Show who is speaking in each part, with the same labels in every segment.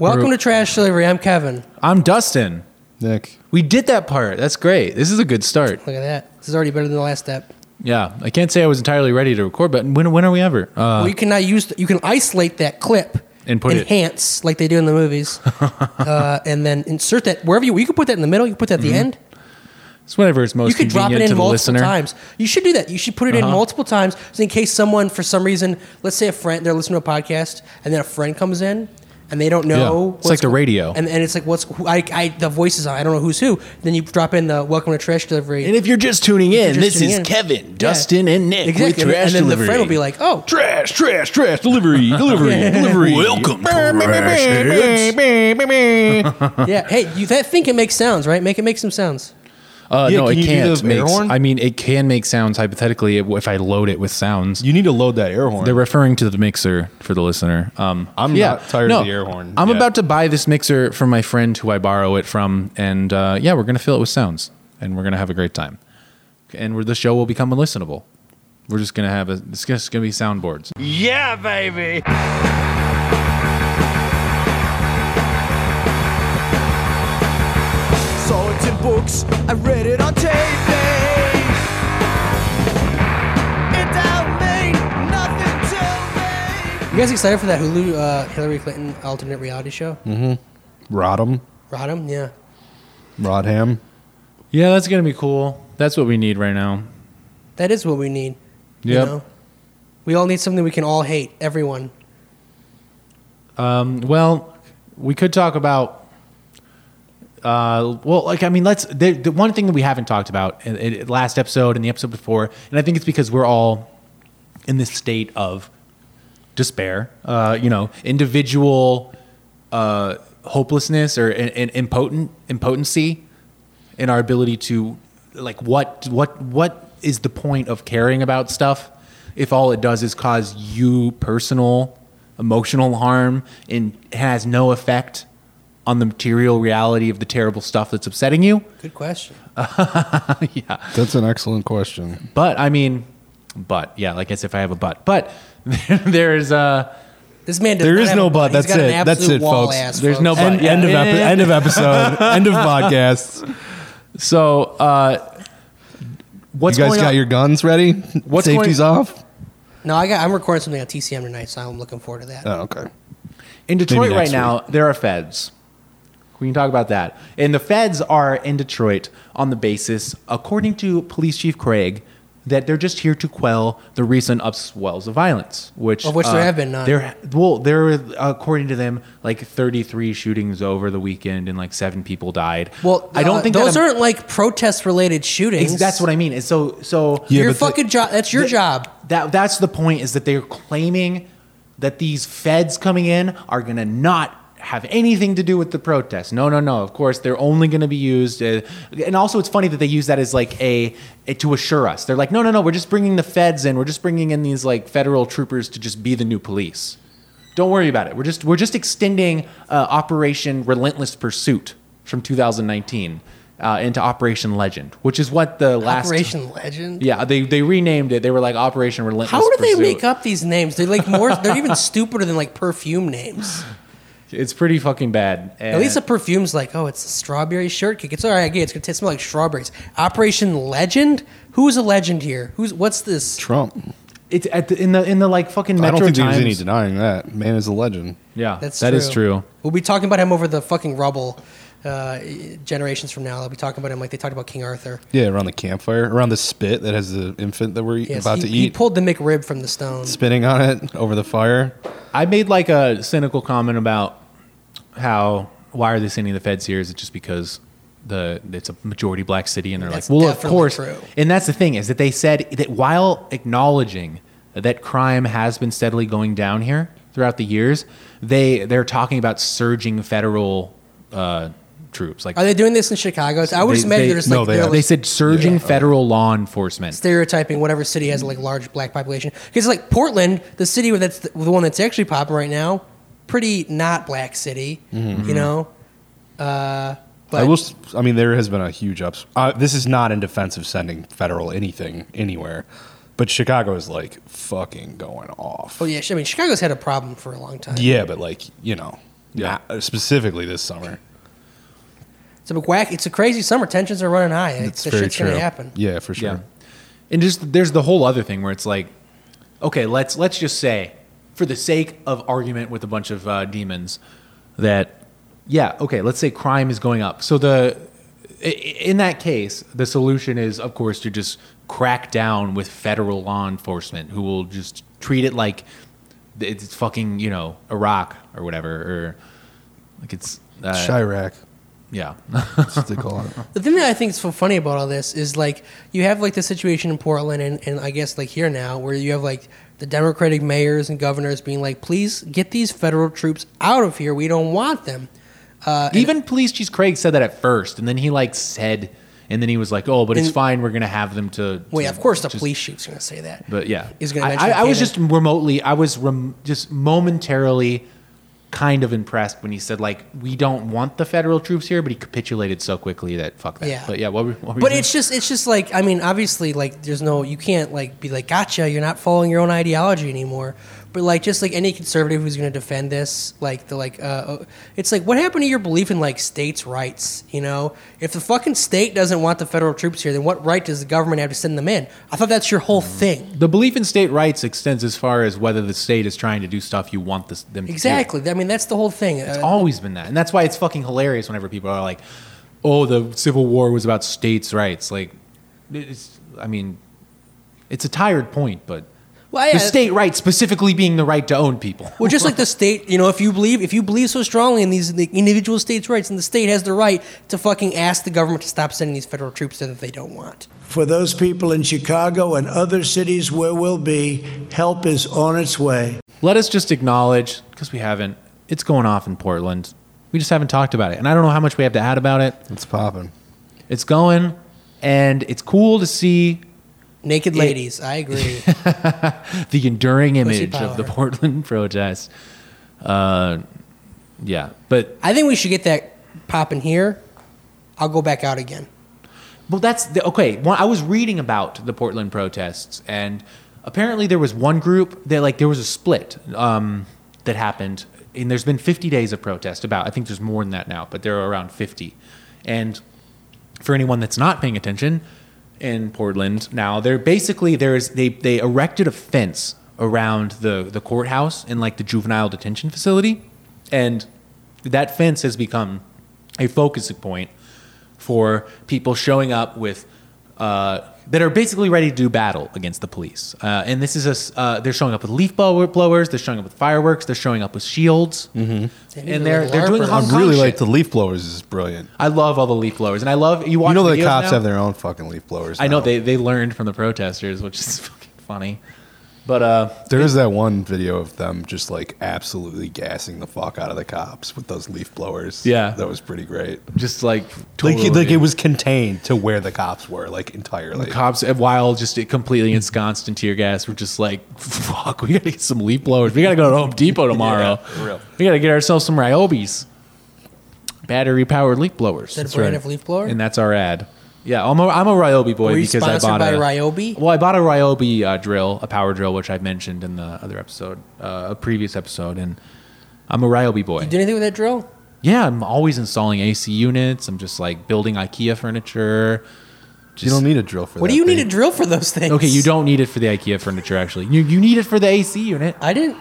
Speaker 1: Welcome to Trash Delivery. I'm Kevin.
Speaker 2: I'm Dustin.
Speaker 3: Nick.
Speaker 2: We did that part. That's great. This is a good start.
Speaker 1: Look at that. This is already better than the last step.
Speaker 2: Yeah, I can't say I was entirely ready to record, but when when are we ever? Uh,
Speaker 1: well, you cannot use. You can isolate that clip
Speaker 2: And put it-
Speaker 1: enhance like they do in the movies, uh, and then insert that wherever you. You can put that in the middle. You can put that at the end.
Speaker 2: it's whenever it's Mm-hmm. most
Speaker 1: You could drop
Speaker 2: convenient
Speaker 1: it in
Speaker 2: to the
Speaker 1: multiple
Speaker 2: listener. Uh-huh.
Speaker 1: times. You should do that. You should put it in multiple times, so in case someone, for some reason, let's say a friend, they're listening to a podcast, and then a friend comes in. And they don't know.
Speaker 2: Yeah. It's like the
Speaker 1: go-
Speaker 2: radio.
Speaker 1: and, and it's like what's who, I, I the voices on. I don't know who's who. Then you drop in the welcome to trash delivery.
Speaker 2: And if you're just tuning in,
Speaker 1: just
Speaker 2: this
Speaker 1: tuning
Speaker 2: is
Speaker 1: in.
Speaker 2: Kevin,
Speaker 1: Yeah.
Speaker 2: Dustin, and Nick with
Speaker 1: Exactly. And,
Speaker 2: Trash
Speaker 1: and then
Speaker 2: Delivery.
Speaker 1: the friend will be like, "Oh,
Speaker 2: trash, trash, trash, delivery, delivery, delivery. Welcome to Trash.
Speaker 1: yeah. Hey, you that think it makes sounds, right? Make it make some sounds.
Speaker 2: Uh,
Speaker 3: Yeah,
Speaker 2: no, it
Speaker 3: can you do
Speaker 2: can't
Speaker 3: the air
Speaker 2: make. s-
Speaker 3: horn?
Speaker 2: I mean, it can make sounds hypothetically if I load it with sounds.
Speaker 3: You need to load that air horn.
Speaker 2: They're referring to the mixer for the listener. Um,
Speaker 3: I'm
Speaker 2: yeah,
Speaker 3: not tired
Speaker 2: no,
Speaker 3: of the air horn.
Speaker 2: I'm
Speaker 3: yet.
Speaker 2: about to buy this mixer from my friend who I borrow it from, and uh, yeah, we're gonna fill it with sounds, and we're gonna have a great time, and we're, the show will become listenable. We're just gonna have a. It's just gonna be soundboards.
Speaker 4: Yeah, baby.
Speaker 5: Saw it in books, I read it on TV. It don't mean nothing to me.
Speaker 1: You guys excited for that Hulu uh, Hillary Clinton alternate reality show?
Speaker 2: Hmm.
Speaker 3: Rodham.
Speaker 1: Rodham, yeah.
Speaker 3: Rodham.
Speaker 2: Yeah, that's gonna be cool. That's what we need right now.
Speaker 1: That is what we need. You
Speaker 2: Yep.
Speaker 1: know? We all need something we can all hate. Everyone.
Speaker 2: Um, well, we could talk about. Uh, well, like I mean, let's. The, the one thing that we haven't talked about in, in last episode and the episode before, and I think it's because we're all in this state of despair. Uh, you know, individual uh, hopelessness or in, in, impotent impotency in our ability to like what what what is the point of caring about stuff if all it does is cause you personal emotional harm and has no effect on the material reality of the terrible stuff that's upsetting you
Speaker 1: Good question.
Speaker 3: That's an excellent question.
Speaker 2: but i mean but yeah like as if i have a butt but there's uh
Speaker 1: This man does
Speaker 3: There
Speaker 1: not
Speaker 3: is
Speaker 1: have
Speaker 3: no
Speaker 1: a-
Speaker 3: but,
Speaker 1: he's
Speaker 3: that's
Speaker 1: got an
Speaker 3: it. That's
Speaker 1: absolute
Speaker 3: it,
Speaker 1: wall
Speaker 3: folks.
Speaker 1: ass,
Speaker 2: There's no
Speaker 1: folks.
Speaker 2: but.
Speaker 3: End,
Speaker 2: yeah.
Speaker 3: end of
Speaker 1: eh?
Speaker 3: epi- end of episode. end of podcast.
Speaker 2: so uh what's
Speaker 3: you guys
Speaker 2: going
Speaker 3: got
Speaker 2: on?
Speaker 3: your guns ready?
Speaker 2: What's
Speaker 3: Safety's
Speaker 2: going-
Speaker 3: off.
Speaker 1: No, I got. I'm recording something on TCM tonight, so I'm looking forward to that.
Speaker 2: Uh,
Speaker 3: Oh, okay.
Speaker 2: In Detroit
Speaker 3: next
Speaker 2: right
Speaker 3: week.
Speaker 2: now, there are feds. We can talk about that. And the feds are in Detroit on the basis, according to Police Chief Craig, that they're just here to quell the recent upswells of violence, which uh,
Speaker 1: Of which there have been none.
Speaker 2: There, well, there, were, according to them, like 33 shootings over the weekend, and like seven people died.
Speaker 1: well,
Speaker 2: I don't
Speaker 1: uh,
Speaker 2: think
Speaker 1: those
Speaker 2: that I'm-
Speaker 1: aren't like protest-related shootings.
Speaker 2: Ex- That's what I mean. It's so so.
Speaker 3: Yeah,
Speaker 1: your
Speaker 3: but the-
Speaker 1: fucking job. That's your
Speaker 2: Th-
Speaker 1: job.
Speaker 2: That that's the point is that they're claiming that these feds coming in are going to not have anything to do with the protests. No, no, no. Of course, they're only going to be used. Uh, and also, it's funny that they use that as like a, a- to assure us. They're like, no, no, no. We're just bringing the feds in. We're just bringing in these like federal troopers to just be the new police. Don't worry about it. We're just we're just extending uh, Operation Relentless Pursuit from 2019 uh, into Operation Legend, which is what the last
Speaker 1: Operation Legend.
Speaker 2: yeah, they they renamed it. They were like Operation Relentless.
Speaker 1: How do they
Speaker 2: Pursuit.
Speaker 1: make up these names? They're like more. They're even stupider than like perfume names.
Speaker 2: It's pretty fucking bad.
Speaker 1: At least a perfume's like, oh, it's a strawberry shortcake. It's all right. I get it. It's gonna taste smell like strawberries. Operation Legend. Who's a legend here? Who's what's this?
Speaker 3: Trump.
Speaker 2: it's at the, in the in the like fucking
Speaker 3: I
Speaker 2: Metro
Speaker 3: don't think
Speaker 2: Times.
Speaker 3: there's any denying that. Man is a legend.
Speaker 2: yeah,
Speaker 1: That's
Speaker 2: that
Speaker 1: true.
Speaker 2: is true.
Speaker 1: We'll be talking about him over the fucking rubble. Uh, generations from now, they'll be talking about him like they talked about King Arthur.
Speaker 3: Yeah, around the campfire, around the spit that has the infant that we're
Speaker 1: Yes,
Speaker 3: about
Speaker 1: he,
Speaker 3: to
Speaker 1: he
Speaker 3: eat,
Speaker 1: pulled the McRib from the stone.
Speaker 3: spinning on it over the fire.
Speaker 2: I made like a cynical comment about how why are they sending the feds here? Is it just because the it's a majority black city and they're
Speaker 1: That's
Speaker 2: like, well, of
Speaker 1: definitely
Speaker 2: course.
Speaker 1: true.
Speaker 2: And that's the thing is that they said that while acknowledging that crime has been steadily going down here throughout the years, they they're talking about surging federal uh, troops like
Speaker 1: Are they doing this in Chicago? I would just imagine
Speaker 2: They- they-
Speaker 1: they're just
Speaker 3: no,
Speaker 1: like
Speaker 3: they
Speaker 1: they're
Speaker 3: are.
Speaker 1: like
Speaker 2: They said surging federal law enforcement.
Speaker 1: stereotyping whatever city has like large black population. Because like Portland, the city where that's the, the one that's actually popping right now, pretty not black city,
Speaker 3: Mm-hmm.
Speaker 1: you know. Uh, but
Speaker 3: I will. s- I mean, there has been a huge ups. Uh, this is not in defense of sending federal anything anywhere, but Chicago is like fucking going off.
Speaker 2: Oh,
Speaker 1: oh yeah, I mean Chicago's had a problem for a long time.
Speaker 3: Yeah, but like you know, Yeah, uh, specifically this summer.
Speaker 1: It's a whack. It's a crazy summer. Tensions are running high. eh?
Speaker 3: That's
Speaker 1: That
Speaker 3: very
Speaker 1: shit's
Speaker 3: true.
Speaker 1: gonna happen.
Speaker 3: Yeah, for sure.
Speaker 2: Yeah. And just there's the whole other thing where it's like, okay, let's let's just say, for the sake of argument with a bunch of uh, demons, that yeah, okay, let's say crime is going up. So the i- i- in that case, the solution is of course to just crack down with federal law enforcement who will just treat it like it's fucking you know Iraq or whatever or like it's uh,
Speaker 3: Chirac,
Speaker 2: yeah
Speaker 3: that's what they call it.
Speaker 1: The thing that I think is so funny about all this is like you have like the situation in Portland and, and I guess like here now where you have like the Democratic mayors and governors being like, please get these federal troops out of here. We don't want them.
Speaker 2: Even Police Chief Craig said that at first, and then he like said, and then he was like, "Oh, but it's
Speaker 1: And-
Speaker 2: fine. We're gonna have them to."
Speaker 1: Well,
Speaker 2: to
Speaker 1: yeah, of course the
Speaker 2: just-
Speaker 1: police chief's going to say that.
Speaker 2: But yeah,
Speaker 1: He's gonna
Speaker 2: I, I,
Speaker 1: mention
Speaker 2: I was
Speaker 1: Kanan.
Speaker 2: just remotely, I was rem- just momentarily kind of impressed when he said like, "We don't want the federal troops here," but he capitulated so quickly that fuck that.
Speaker 1: Yeah.
Speaker 2: But yeah, what were, what were
Speaker 1: But
Speaker 2: you
Speaker 1: it's just it's just like I mean obviously like there's no you can't like be like gotcha you're not following your own ideology anymore. But like just like any conservative who's going to defend this like the like uh, uh it's like what happened to your belief in like states' rights? You know if the fucking state doesn't want the federal troops here, then what right does the government have to send them in? I thought that's your whole
Speaker 2: Mm-hmm.
Speaker 1: thing.
Speaker 2: the belief in state rights extends as far as whether the state is trying to do stuff you want this, them to do.
Speaker 1: Exactly. I mean that's the whole thing. Uh,
Speaker 2: It's always been that, and that's why it's fucking hilarious whenever people are like, "Oh, the Civil War was about states' rights." Like, it's, I mean, it's a tired point, but
Speaker 1: Well, yeah.
Speaker 2: the state rights specifically being the right to own people.
Speaker 1: Well, just like the state, you know, if you believe if you believe so strongly in these the individual states' rights, and the state has the right to fucking ask the government to stop sending these federal troops in that they don't want.
Speaker 4: For those people in Chicago and other cities where we'll be, help is on its way.
Speaker 2: Let us just acknowledge, because we haven't, it's going off in Portland. We just haven't talked about it, and I don't know how much we have to add about it.
Speaker 3: It's popping.
Speaker 2: It's going, and it's cool to see
Speaker 1: Naked ladies, I agree.
Speaker 2: the enduring image
Speaker 1: power.
Speaker 2: of the Portland protest. Uh, yeah, but
Speaker 1: I think we should get that popping here. I'll go back out again.
Speaker 2: Well, that's the, okay. Well, I was reading about the Portland protests, and apparently there was one group that like there was a split um, that happened, and there's been 50 days of protest. About I think there's more than that now, but there are around 50. And for anyone that's not paying attention, in Portland now they're basically there's they they erected a fence around the the courthouse and like the juvenile detention facility, and that fence has become a focusing point for people showing up with uh, that are basically ready to do battle against the police. Uh, and this is a s- uh, they're showing up with leaf blower- blowers, they're showing up with fireworks, they're showing up with shields,
Speaker 1: Damn,
Speaker 2: and
Speaker 1: these are
Speaker 2: they're
Speaker 1: like
Speaker 2: they're doing
Speaker 1: LARPers. I'm
Speaker 2: Hong Kong
Speaker 3: Mm-hmm. really
Speaker 2: shit.
Speaker 3: like the leaf blowers is brilliant.
Speaker 2: I love all the leaf blowers, and I love you. Watch
Speaker 3: you know the
Speaker 2: videos
Speaker 3: cops
Speaker 2: now?
Speaker 3: have their own fucking leaf blowers.
Speaker 2: I know
Speaker 3: now.
Speaker 2: they they learned from the protesters, which is fucking funny. But uh,
Speaker 3: There is that one video of them just like absolutely gassing the fuck out of the cops with those leaf blowers.
Speaker 2: Yeah.
Speaker 3: that was pretty great.
Speaker 2: just like
Speaker 3: Like,
Speaker 2: totally,
Speaker 3: like it was contained to where the cops were, like entirely.
Speaker 2: the cops while just completely ensconced in tear gas. We're just like, fuck, we gotta get some leaf blowers. We gotta go to Home Depot tomorrow.
Speaker 3: for real.
Speaker 2: We gotta get ourselves some Ryobis, battery powered leaf blowers.
Speaker 1: Is that a brand of leaf blower?
Speaker 2: and that's our ad. Yeah, I'm a, I'm a Ryobi boy
Speaker 1: Were you
Speaker 2: because I
Speaker 1: sponsored
Speaker 2: bought
Speaker 1: by
Speaker 2: a
Speaker 1: Ryobi?
Speaker 2: Well, I bought a Ryobi uh, drill, a power drill, which I mentioned in the other episode, uh, a previous episode, and I'm a Ryobi boy.
Speaker 1: you do anything with that drill?
Speaker 2: yeah, I'm always installing AC units. I'm just like building IKEA furniture.
Speaker 3: you don't need a drill for that.
Speaker 1: What do you need a
Speaker 3: thing.
Speaker 1: drill for those things?
Speaker 2: Okay, you don't need it for the IKEA furniture. Actually, you you need it for the AC unit.
Speaker 1: I didn't.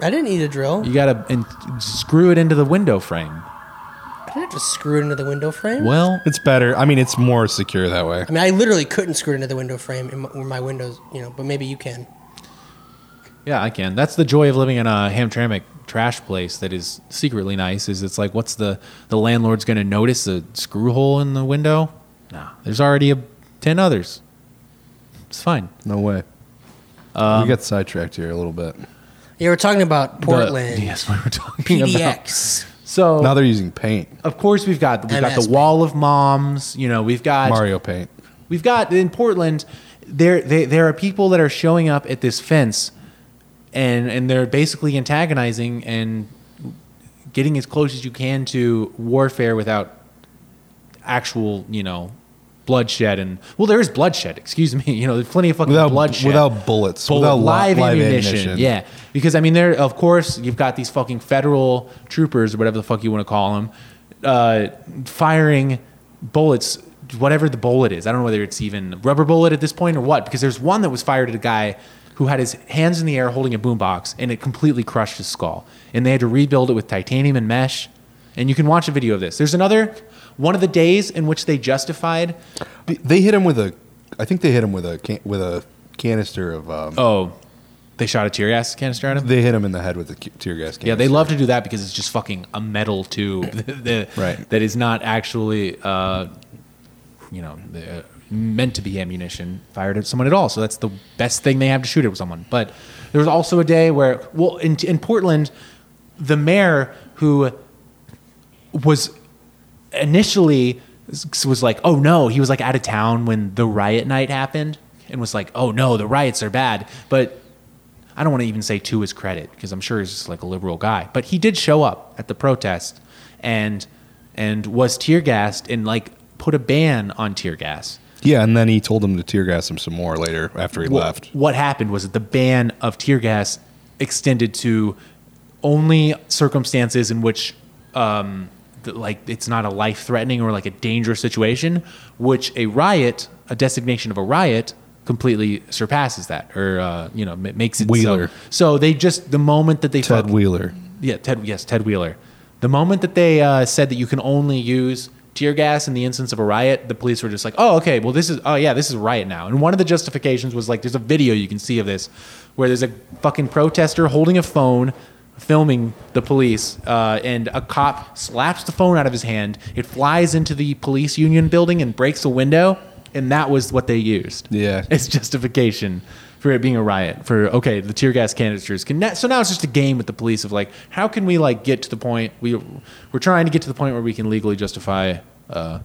Speaker 1: I didn't need a drill.
Speaker 2: You gotta in, screw it into the window frame.
Speaker 1: I didn't just screw it into the window frame.
Speaker 2: Well,
Speaker 3: It's better. I mean, it's more secure that way.
Speaker 1: I mean, I literally couldn't screw it into the window frame in my, where my windows, you know. But maybe you can.
Speaker 2: Yeah, I can. That's the joy of living in a Hamtramck trash place that is secretly nice. Is it's like, what's the the landlord's going to notice a screw hole in the window? Nah, there's already a, ten others. It's fine.
Speaker 3: No way. we got sidetracked here a little bit.
Speaker 1: Yeah, we're talking about Portland.
Speaker 2: The, yes, we were talking about.
Speaker 1: PDX.
Speaker 2: So
Speaker 3: Now they're using paint,
Speaker 2: of course we've got we've got
Speaker 1: MS.
Speaker 2: the wall of moms. You know we've got
Speaker 3: Mario paint.
Speaker 2: We've got in Portland, there they, there are people that are showing up at this fence, and and they're basically antagonizing and getting as close as you can to warfare without actual you know bloodshed and well, there is bloodshed. Excuse me, you know, there's plenty of fucking
Speaker 3: Without-
Speaker 2: bloodshed
Speaker 3: without bullets, without li- live ammunition.
Speaker 2: Yeah, because I mean, there of course you've got these fucking federal troopers or whatever the fuck you want to call them, uh, firing bullets. Whatever the bullet is, I don't know whether it's even rubber bullet at this point or what. Because there's one that was fired at a guy who had his hands in the air holding a boombox, and it completely crushed his skull. And they had to rebuild it with titanium and mesh. And you can watch a video of this. There's another one of the days in which they justified.
Speaker 3: They hit him with a. I think they hit him with a can, with a canister of. Um,
Speaker 2: Oh, they shot a tear gas canister at him.
Speaker 3: They hit him in the head with a cu- tear gas. Canister.
Speaker 2: Yeah, they love to do that because it's just fucking a metal tube that,
Speaker 3: Right.
Speaker 2: that is not actually, uh, you know, the, uh, meant to be ammunition fired at someone at all. So that's the best thing they have to shoot at someone. But there was also a day where, well, in, in Portland, the mayor who was initially s- was like, oh no, he was like out of town when the riot night happened and was like, oh no, the riots are bad. But I don't want to even say to his credit because I'm sure he's just like a liberal guy, but he did show up at the protest and and was tear gassed and like put a ban on tear gas.
Speaker 3: Yeah, and then he told them to tear gas him some more later after he
Speaker 2: Wha-
Speaker 3: left.
Speaker 2: What happened was that the ban of tear gas extended to only circumstances in which, um, th- like, it's not a life threatening or like a dangerous situation, which a riot, a designation of a riot, completely surpasses that or, uh, you know, ma- makes it so-
Speaker 3: Wheeler.
Speaker 2: So, they just, the moment that they
Speaker 3: Ted
Speaker 2: fuck-
Speaker 3: Wheeler.
Speaker 2: yeah, Ted. Yes, Ted Wheeler. The moment that they uh, said that you can only use tear gas in the instance of a riot, the police were just like, "Oh, okay. Well, this is. Oh, yeah, this is a riot now." And one of the justifications was like, "There's a video you can see of this, where there's a fucking protester holding a phone." Filming the police, uh, and a cop slaps the phone out of his hand. It flies into the police union building and breaks a window, and that was what they used
Speaker 3: Yeah.
Speaker 2: as justification for it being a riot. For okay, the tear gas canisters can. na- So now it's just a game with the police of like, how can we like get to the point we we're trying to get to the point where we can legally justify. Uh,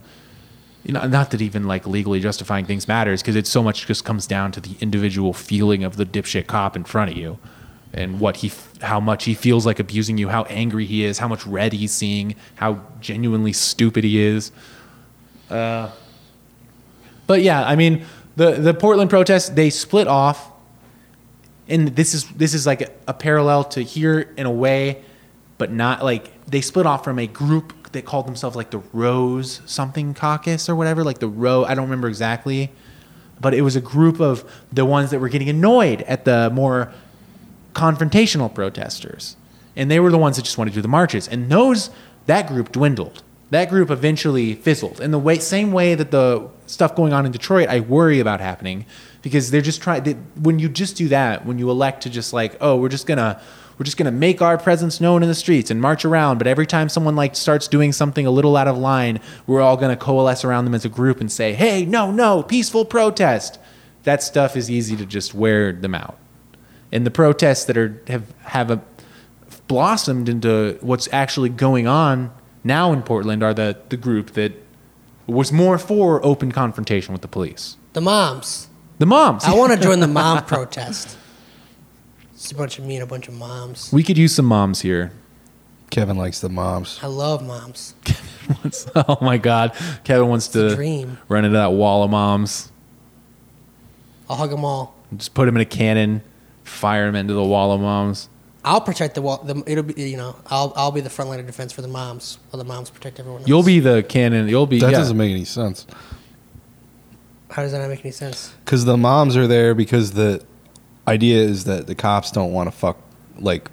Speaker 2: you know, not that even like legally justifying things matters because it's so much just comes down to the individual feeling of the dipshit cop in front of you and what he f- how much he feels like abusing you how angry he is how much red he's seeing how genuinely stupid he is but yeah, I mean, the the Portland protests they split off, and this is this is like a, parallel to here in a way, but not like they split off from a group that called themselves like the Rose something caucus or whatever, like the Row. I don't remember exactly, but it was a group of the ones that were getting annoyed at the more confrontational protesters. And they were the ones that just wanted to do the marches. And those, that group dwindled. That group eventually fizzled. In the way, same way that the stuff going on in Detroit, I worry about happening because they're just trying. They, when you just do that, when you elect to just like, oh, we're just gonna, we're just gonna make our presence known in the streets and march around. But every time someone like starts doing something a little out of line, we're all gonna coalesce around them as a group and say, hey, no, no, peaceful protest. That stuff is easy to just wear them out and the protests that are have have a, blossomed into what's actually going on now in Portland are the the group that was more for open confrontation with the police.
Speaker 1: The moms.
Speaker 2: The moms.
Speaker 1: I want to join the mom protest. It's a bunch of me and a bunch of moms.
Speaker 2: we could use some moms here.
Speaker 3: Kevin likes the moms.
Speaker 1: I love moms.
Speaker 2: oh my God, Kevin wants
Speaker 1: a
Speaker 2: to
Speaker 1: dream.
Speaker 2: run into that wall of moms.
Speaker 1: I'll hug them all.
Speaker 2: Just put him in a cannon, fire him into the wall of moms.
Speaker 1: I'll protect the wall. The, it'll be you know I'll I'll be the front line of defense for the moms while the moms protect everyone. Else.
Speaker 2: You'll be the cannon. You'll be
Speaker 3: That
Speaker 2: yeah.
Speaker 3: doesn't make any sense
Speaker 1: How does that not make any sense?
Speaker 3: because the moms are there because the idea is that the cops don't want to fuck like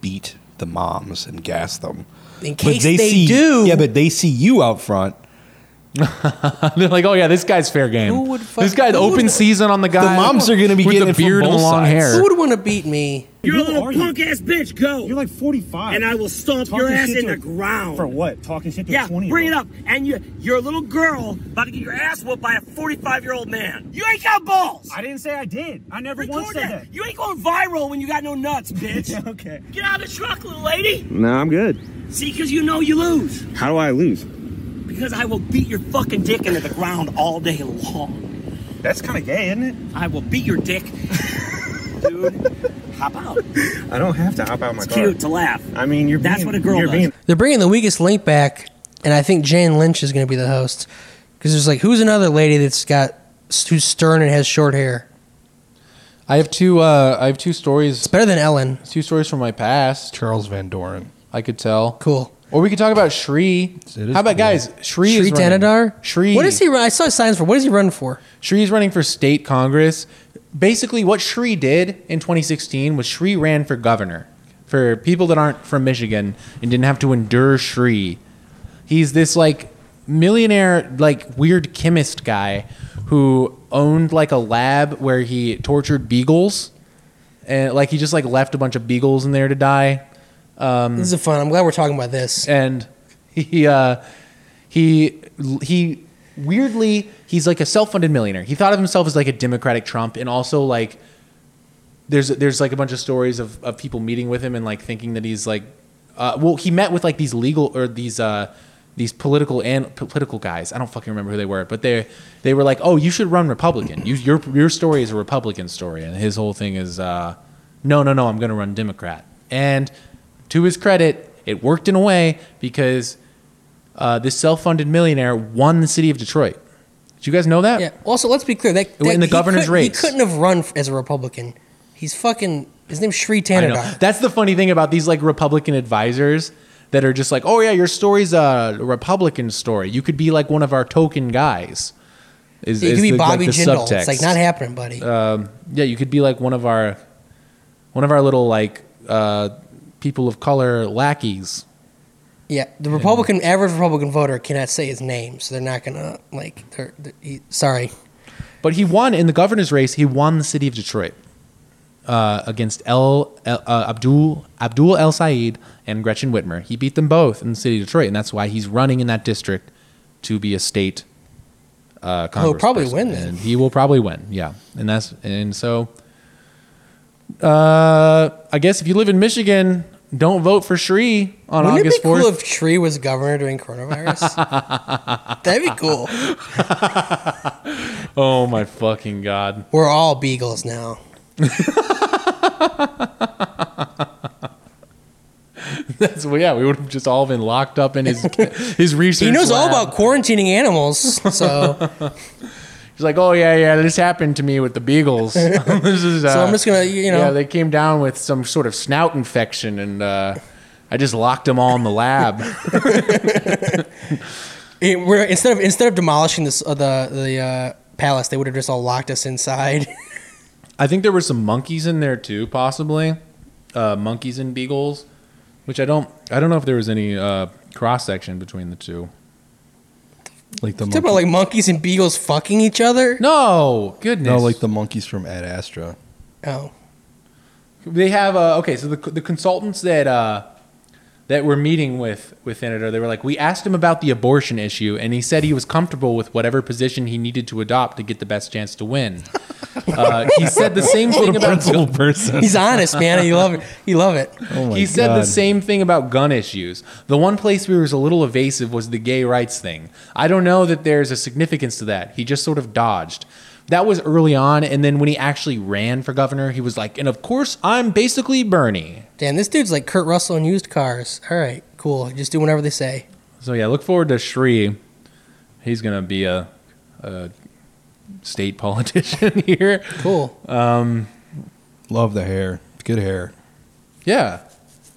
Speaker 3: beat the moms and gas them.
Speaker 1: In case they,
Speaker 3: see,
Speaker 1: do,
Speaker 3: yeah, but they see you out front.
Speaker 2: They're like, oh yeah, this guy's fair game.
Speaker 1: Who would fuck-
Speaker 2: this guy's
Speaker 1: who
Speaker 2: open
Speaker 1: would-
Speaker 2: season on the guy.
Speaker 3: moms are gonna be
Speaker 2: with
Speaker 3: getting
Speaker 2: the
Speaker 3: it from
Speaker 2: beard and the
Speaker 3: both
Speaker 2: long
Speaker 3: sides.
Speaker 2: hair.
Speaker 1: who would want to beat me?
Speaker 6: You're a
Speaker 7: Who
Speaker 6: little
Speaker 7: are you?
Speaker 6: punk ass bitch. Go.
Speaker 7: You're like 45.
Speaker 6: and I will stomp
Speaker 7: Talking
Speaker 6: your ass
Speaker 7: shit
Speaker 6: in
Speaker 7: to
Speaker 6: the
Speaker 7: a-
Speaker 6: ground.
Speaker 7: For what? Talking shit to
Speaker 6: Yeah,
Speaker 7: a 20
Speaker 6: bring it up. And you, you're a little girl about to get your ass whooped by a 45 year old man. You ain't got balls.
Speaker 7: I didn't say I did. I never once
Speaker 6: Record
Speaker 7: said
Speaker 6: that.
Speaker 7: that.
Speaker 6: You ain't going viral when you got no nuts, bitch.
Speaker 7: Okay.
Speaker 6: Get out of the truck, little lady.
Speaker 8: No, I'm good.
Speaker 6: See, because you know you lose.
Speaker 8: How do I lose?
Speaker 6: Because I will beat your fucking dick into the ground all day long.
Speaker 7: That's kind of gay, isn't it?
Speaker 6: I will beat your dick. Dude, hop out. It's
Speaker 7: I don't have to hop out of Oh my car.
Speaker 6: cute to laugh.
Speaker 7: I mean, you're
Speaker 6: That's
Speaker 7: being-
Speaker 6: what a girl
Speaker 7: you're
Speaker 6: does.
Speaker 7: being
Speaker 1: They're bringing the weakest link back, and I think Jane Lynch is going to be the host because there's like who's another lady that's got who's stern and has short hair.
Speaker 2: I have two. Uh, I have two stories.
Speaker 1: Better than Ellen.
Speaker 2: Two stories from my past.
Speaker 3: Charles Van Doren.
Speaker 2: I could tell.
Speaker 1: Cool.
Speaker 2: Or we could talk about Shri.
Speaker 3: It is
Speaker 2: How about
Speaker 3: cool.
Speaker 2: guys? Shri,
Speaker 1: Shri
Speaker 2: is running.
Speaker 1: Tanadar.
Speaker 2: Shri.
Speaker 1: What is he? run- I saw signs for. What does he run for?
Speaker 2: Shri is running for state congress. Basically, what Shri did in 2016 was Shri ran for governor. For people that aren't from Michigan and didn't have to endure Shri, he's this like millionaire, like weird chemist guy who owned like a lab where he tortured beagles, and like he just like left a bunch of beagles in there to die
Speaker 1: This is a fun. I'm glad we're talking about this.
Speaker 2: and he uh, he he weirdly he's like a self-funded millionaire. He thought of himself as like a democratic Trump, and also like there's there's like a bunch of stories of, of people meeting with him and like thinking that he's like uh, well he met with like these legal or these uh these political and political guys I don't fucking remember who they were but they they were like oh you should run Republican you, your your story is a Republican story and his whole thing is uh, no no no I'm gonna run Democrat and to his credit it worked in a way because uh, this self-funded millionaire won the city of Detroit did you guys know that
Speaker 1: Yeah. Also, let's be clear that,
Speaker 2: went in
Speaker 1: that
Speaker 2: the governor's
Speaker 1: he couldn't-
Speaker 2: race.
Speaker 1: he couldn't have run f- as a Republican. He's fucking. His name's Shri
Speaker 2: I know.
Speaker 1: Tanadar.
Speaker 2: That's the funny thing about these like Republican advisors that are just like, oh yeah, your story's a Republican story. You could be like one of our token guys. Is,
Speaker 1: It
Speaker 2: is
Speaker 1: could be
Speaker 2: the- like,
Speaker 1: Bobby
Speaker 2: the
Speaker 1: Jindal. It's like
Speaker 2: subtext. Uh, Um,
Speaker 1: not happening, buddy.
Speaker 2: yeah, you could be like one of our one of our little like uh, people of color lackeys.
Speaker 1: yeah, the Republican average Republican voter cannot say his name, so they're not gonna like. They're, they're, he, sorry,
Speaker 2: But he won in the governor's race. He won the city of Detroit uh, against El, El uh, Abdul Abdul El Said and Gretchen Whitmer. He beat them both in the city of Detroit, and that's why he's running in that district to be a state. Uh,
Speaker 1: He'll probably
Speaker 2: congressperson.
Speaker 1: win then.
Speaker 2: And he will probably win. Yeah, and that's and so. Uh, I guess if you live in Michigan, don't vote for Shri on
Speaker 1: wouldn't it be
Speaker 2: August
Speaker 1: cool
Speaker 2: fourth.
Speaker 1: if Shri was governor during coronavirus? That'd be cool.
Speaker 2: oh my fucking god!
Speaker 1: We're all beagles now.
Speaker 2: That's well, yeah. We would have just all been locked up in his his research.
Speaker 1: He knows all
Speaker 2: lab.
Speaker 1: about quarantining animals, so
Speaker 2: He's like, oh yeah, yeah, this happened to me with the beagles. this is, uh,
Speaker 1: I'm just gonna, you know-
Speaker 2: yeah, they came down with some sort of snout infection, and uh, I just locked them all in the lab.
Speaker 1: it, we're, instead of instead of demolishing this uh, the the uh, palace, they would have just all locked us inside.
Speaker 2: I think there were some monkeys in there too, possibly uh, monkeys and beagles, which I don't, I don't know if there was any uh, cross section between the two.
Speaker 3: Like the
Speaker 1: Talk about
Speaker 3: monkey,
Speaker 1: like monkeys and beagles fucking each other.
Speaker 2: No, goodness,
Speaker 3: no, like the monkeys from Ad Astra.
Speaker 1: Oh,
Speaker 2: They have uh, okay. So the the consultants that uh, that were meeting with with Senator, they were like, we asked him about the abortion issue, and he said he was comfortable with whatever position he needed to adopt to get the best chance to win. uh, he said the same thing about gu-
Speaker 3: person.
Speaker 1: he's honest, man. You love it. You love it.
Speaker 3: Oh my
Speaker 2: he said the
Speaker 3: God.
Speaker 2: same thing about gun issues. The one place we was a little evasive was the gay rights thing. I don't know that there's a significance to that. He just sort of dodged. That was early on, and then when he actually ran for governor, he was like, and of course I'm basically Bernie.
Speaker 1: Damn, this dude's like Kurt Russell in used cars. All right, cool. Just do whatever they say.
Speaker 2: So yeah, look forward to Shri. He's gonna be a, a state politician here. Um,
Speaker 1: Cool.
Speaker 3: Love the hair. Good hair.
Speaker 2: Yeah.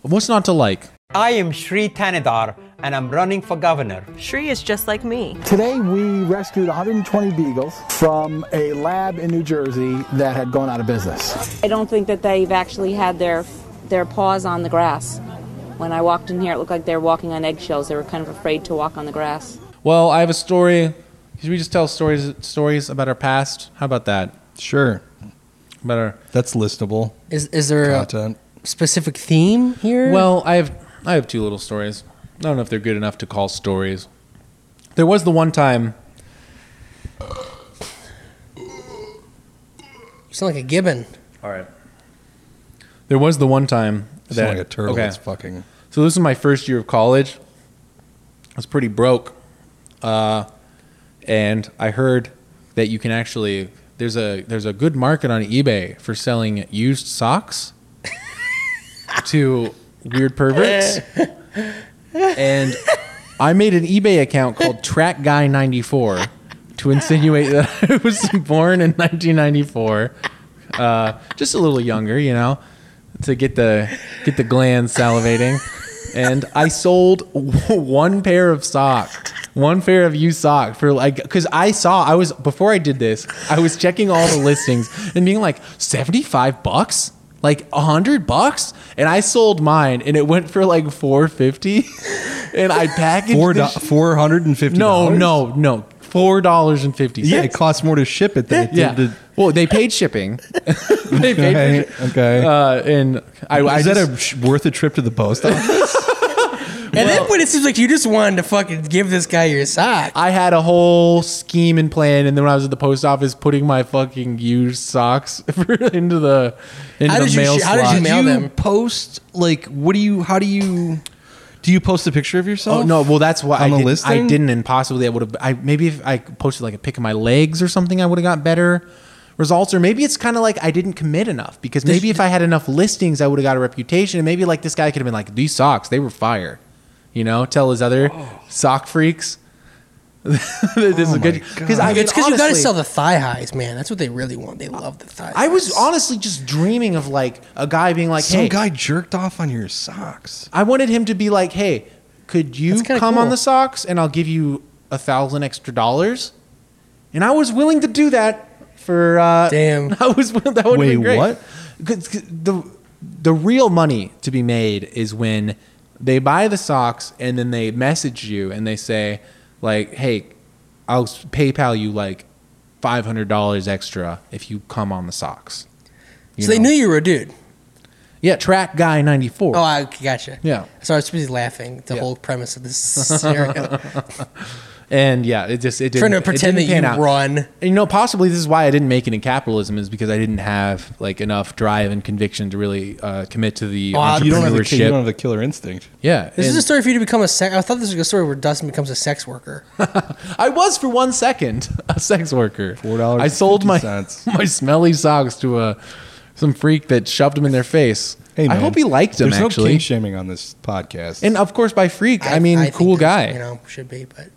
Speaker 2: What's not to like?
Speaker 8: I am Sri Tanadar and I'm running for governor.
Speaker 9: Shri is just like me.
Speaker 10: Today, we rescued 120 beagles from a lab in New Jersey that had gone out of business.
Speaker 11: I don't think that they've actually had their their paws on the grass. When I walked in here, it looked like they were walking on eggshells. They were kind of afraid to walk on the grass.
Speaker 2: Well, I have a story. Should we just tell stories stories about our past? How about that?
Speaker 3: Sure,
Speaker 2: About our
Speaker 3: that's listable
Speaker 1: Is is there a
Speaker 3: content.
Speaker 1: specific theme here?
Speaker 2: Well, I have I have two little stories. I don't know if they're good enough to call stories. There was the one time
Speaker 1: you sound like a gibbon.
Speaker 2: All right. There was the one time
Speaker 3: It's
Speaker 2: that
Speaker 3: like a turtle.
Speaker 2: Okay.
Speaker 3: It's fucking.
Speaker 2: So this was my first year of college. I was pretty broke, uh, and I heard that you can actually there's a there's a good market on eBay for selling used socks to weird perverts. and I made an eBay account called Track Guy ninety four to insinuate that I was born in 1994, uh, just a little younger, you know, to get the get the glands salivating. And I sold one pair of sock, one pair of you sock for like, because I saw I was before I did this, I was checking all the listings and being like, 75 bucks. Like a hundred bucks, and I sold mine, and it went for like four fifty, and I packaged
Speaker 3: Four
Speaker 2: the
Speaker 3: do-
Speaker 2: sh-
Speaker 3: four hundred and fifty.
Speaker 2: no, no, no. Four dollars and fifty
Speaker 3: Yeah, it
Speaker 2: cents.
Speaker 3: costs more to ship it than it
Speaker 2: Yeah.
Speaker 3: did. To,
Speaker 2: well, they paid shipping. they paid.
Speaker 3: okay.
Speaker 2: For
Speaker 3: okay.
Speaker 2: Uh, and I, I
Speaker 3: Is
Speaker 2: just,
Speaker 3: that a sh- worth a trip to the post office?
Speaker 1: At that point, it seems like you just wanted to fucking give this guy your sock.
Speaker 2: I had a whole scheme and plan, and then when I was at the post office, putting my fucking used socks into the into
Speaker 1: How
Speaker 2: the
Speaker 1: did you
Speaker 2: mail
Speaker 1: sh- how did you
Speaker 2: slot.
Speaker 1: mail-
Speaker 3: do you
Speaker 1: them.
Speaker 3: post like what do you? How do you? Do you post a picture of yourself?
Speaker 2: Oh no! Well, that's why
Speaker 3: On
Speaker 2: I
Speaker 3: the
Speaker 2: didn't, I
Speaker 3: listing?
Speaker 2: didn't, and possibly I would have. I maybe if I posted like a pic of my legs or something, I would have got better results. Or maybe it's kind of like I didn't commit enough because maybe if I had enough listings, I would have got a reputation, and maybe like this guy could have been like, "These socks, they were fire," you know. Tell his other
Speaker 3: Oh.
Speaker 2: sock freaks. that this is good because I mean,
Speaker 1: it's because you got to
Speaker 2: honestly-
Speaker 1: sell the thigh highs, man. That's what they really want. They love the thigh.
Speaker 2: I was
Speaker 1: highs.
Speaker 2: honestly just dreaming of like a guy being like,
Speaker 3: Some
Speaker 2: "Hey,
Speaker 3: guy jerked off on your socks.
Speaker 2: I wanted him to be like, "Hey, could you
Speaker 1: That's
Speaker 2: come
Speaker 1: kinda
Speaker 2: on
Speaker 1: cool.
Speaker 2: the socks and I'll give you a thousand extra dollars?" And I was willing to do that for. Uh,
Speaker 1: Damn.
Speaker 2: I was. That would have
Speaker 3: Wait,
Speaker 2: been great.
Speaker 3: what?
Speaker 2: 'Cause- 'cause the the real money to be made is when they buy the socks and then they message you and they say, like, "Hey, I'll s- PayPal you like five hundred dollars extra if you come on the socks." You
Speaker 1: So they
Speaker 2: know?
Speaker 1: knew you were a dude.
Speaker 2: Yeah, track guy ninety four.
Speaker 1: Oh, I gotcha.
Speaker 2: Yeah.
Speaker 1: So I was busy laughing. at The
Speaker 2: Yeah.
Speaker 1: whole premise of this scenario,
Speaker 2: And yeah, it just it didn't
Speaker 1: trying to
Speaker 2: it
Speaker 1: pretend that
Speaker 2: didn't
Speaker 1: you
Speaker 2: pan out.
Speaker 1: run.
Speaker 2: And, You know, possibly this is why I didn't make it in capitalism is because I didn't have like enough drive and conviction to really uh, commit to the
Speaker 1: Wow,
Speaker 3: You don't, have the,
Speaker 2: entrepreneurship.
Speaker 3: ki- you don't have the killer instinct.
Speaker 2: yeah,
Speaker 1: This is
Speaker 2: and
Speaker 1: a story for you to become a sex. I thought this was a story where Dustin becomes a sex worker.
Speaker 2: I was for one second a sex worker.
Speaker 3: $4.50.
Speaker 2: I sold my my smelly socks to a some freak that shoved them in their face.
Speaker 3: Hey,
Speaker 2: I
Speaker 3: man,
Speaker 2: hope he liked them
Speaker 3: There's no
Speaker 2: actually.
Speaker 3: king shaming on this podcast.
Speaker 2: and of course, by freak, I, mean
Speaker 1: think
Speaker 2: cool
Speaker 1: that's,
Speaker 2: guy.
Speaker 1: You know, should be, but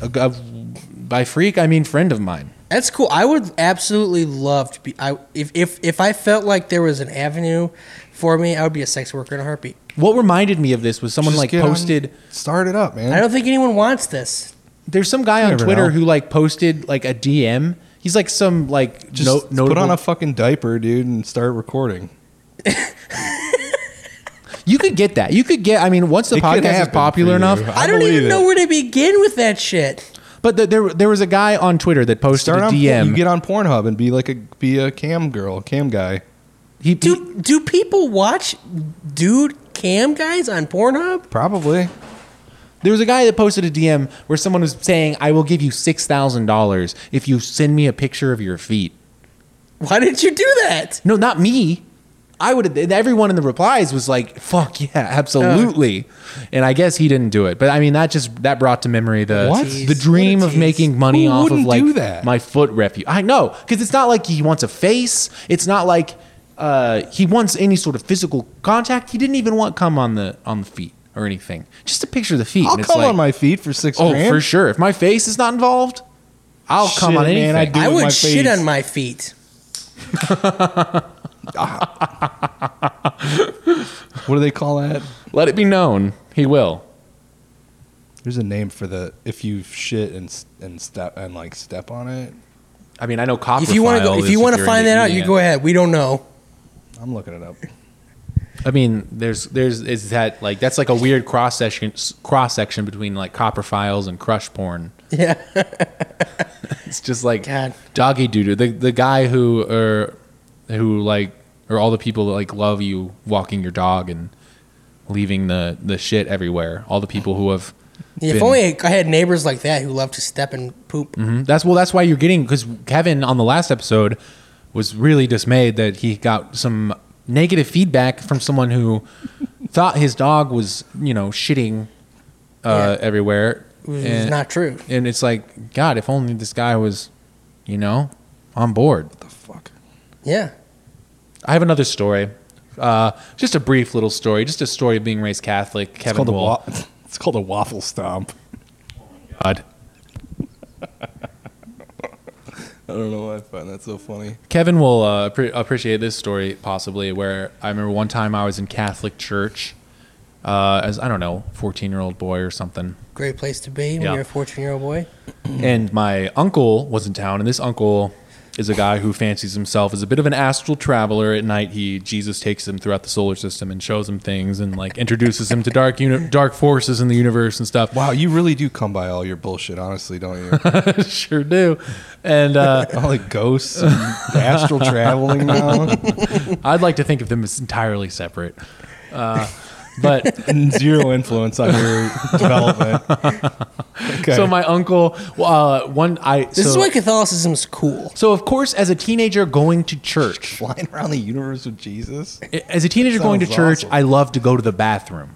Speaker 2: A g- a- by freak, I mean friend of mine.
Speaker 1: That's cool. I would absolutely love to be. I if if if I felt like there was an avenue for me, I would be a sex worker in a heartbeat.
Speaker 2: What reminded me of this was someone
Speaker 3: Just
Speaker 2: like
Speaker 3: get on-
Speaker 2: posted.
Speaker 3: start it up, man.
Speaker 1: I don't think anyone wants this.
Speaker 2: There's some guy on
Speaker 3: never
Speaker 2: Twitter
Speaker 3: know.
Speaker 2: who like posted like a DM. He's like some like
Speaker 3: Just
Speaker 2: no,
Speaker 3: put
Speaker 2: notable-
Speaker 3: on a fucking diaper, dude, and start recording.
Speaker 2: you could get that. You could get. I mean, once the
Speaker 3: It could
Speaker 2: podcast is
Speaker 3: happen
Speaker 2: popular
Speaker 3: for
Speaker 2: enough,
Speaker 3: you.
Speaker 1: I, don't
Speaker 3: believe
Speaker 1: even
Speaker 3: it.
Speaker 1: know where to begin with that shit.
Speaker 2: but the, there there was a guy on Twitter that posted
Speaker 3: Start
Speaker 2: a
Speaker 3: on
Speaker 2: DM.
Speaker 3: You get on Pornhub and be like a be a cam girl, cam guy.
Speaker 2: he, he-
Speaker 1: Do do people watch dude cam guys on Pornhub?
Speaker 3: Probably.
Speaker 2: there was a guy that posted a DM where someone was saying, "I will give you six thousand dollars if you send me a picture of your feet."
Speaker 1: Why did you do that?
Speaker 2: No, not me. I would. have Everyone in the replies was like, "Fuck yeah, absolutely." And I guess he didn't do it, but I mean, that just that brought to memory the
Speaker 3: What?
Speaker 2: the
Speaker 3: Tease.
Speaker 2: dream
Speaker 1: What a
Speaker 2: of
Speaker 1: tease.
Speaker 2: making money
Speaker 3: Who
Speaker 2: off of
Speaker 3: wouldn't
Speaker 2: like
Speaker 3: do that?
Speaker 2: my foot refuge. I know because it's not like he wants a face. It's not like uh, he wants any sort of physical contact. He didn't even want come on the on the feet or anything. Just a picture of the feet.
Speaker 3: I'll
Speaker 2: and it's
Speaker 3: come
Speaker 2: like,
Speaker 3: on my feet for six
Speaker 2: Oh,
Speaker 3: grand.
Speaker 2: for sure. If my face is not involved, I'll come
Speaker 3: Shit,
Speaker 2: on anything.
Speaker 3: man, I'd do
Speaker 1: I
Speaker 3: with my
Speaker 1: would shit
Speaker 3: face.
Speaker 1: on my feet.
Speaker 3: What do they call that?
Speaker 2: Let it be known, he will.
Speaker 3: There's a name for the if you shit and s- and step and like step on it.
Speaker 2: I mean, I know. Copper
Speaker 1: If you want to go, if you want to find that out, you go ahead. We don't know.
Speaker 3: I'm looking it up.
Speaker 2: I mean, there's there's is that like that's like a weird cross section cross section between like copper files and crush porn.
Speaker 1: Yeah.
Speaker 2: It's just like
Speaker 1: God.
Speaker 2: doggy doo doo. The the guy who or who like or all the people that like love you walking your dog and leaving the the shit everywhere. All the people who have
Speaker 1: If
Speaker 2: been-
Speaker 1: only I had neighbors like that who love to step and poop.
Speaker 2: Mhm. That's well. That's why you're getting because Kevin on the last episode was really dismayed that he got some negative feedback from someone who thought his dog was you know shitting
Speaker 1: Yeah.
Speaker 2: uh, everywhere.
Speaker 1: Which is not true.
Speaker 2: And it's like God, if only this guy was, you know, on board.
Speaker 3: What the fuck?
Speaker 1: Yeah.
Speaker 2: I have another story. Uh, just a brief little story. Just a story of being raised Catholic.
Speaker 3: It's
Speaker 2: Kevin
Speaker 3: called a
Speaker 2: will.
Speaker 3: wa- It's called a waffle stomp.
Speaker 2: God.
Speaker 3: I don't know why I find that so funny.
Speaker 2: Kevin will uh, appre- appreciate this story possibly, where I remember one time I was in Catholic church uh, as I don't know, fourteen year old boy or something,
Speaker 1: Great place to be when
Speaker 2: Yeah.
Speaker 1: you're a 14 year old boy.
Speaker 2: and my uncle was in town, and this uncle is a guy who fancies himself as a bit of an astral traveler. At night, he Jesus takes him throughout the solar system and shows him things, and like introduces him to dark uni- dark forces in the universe and stuff.
Speaker 3: Wow, you really do come by all your bullshit, honestly, don't you?
Speaker 2: sure do. And uh,
Speaker 3: all the ghosts, and astral traveling now,
Speaker 2: I'd like to think of them as entirely separate. Uh, but
Speaker 3: and zero influence on your development. Okay.
Speaker 2: so my uncle, well, uh, one I
Speaker 1: This
Speaker 2: so,
Speaker 1: is why Catholicism's cool.
Speaker 2: So of course, as a teenager going to church,
Speaker 3: flying around the universe with Jesus.
Speaker 2: as a teenager going to
Speaker 3: Sounds
Speaker 2: church,
Speaker 3: awesome.
Speaker 2: I loved to go to the bathroom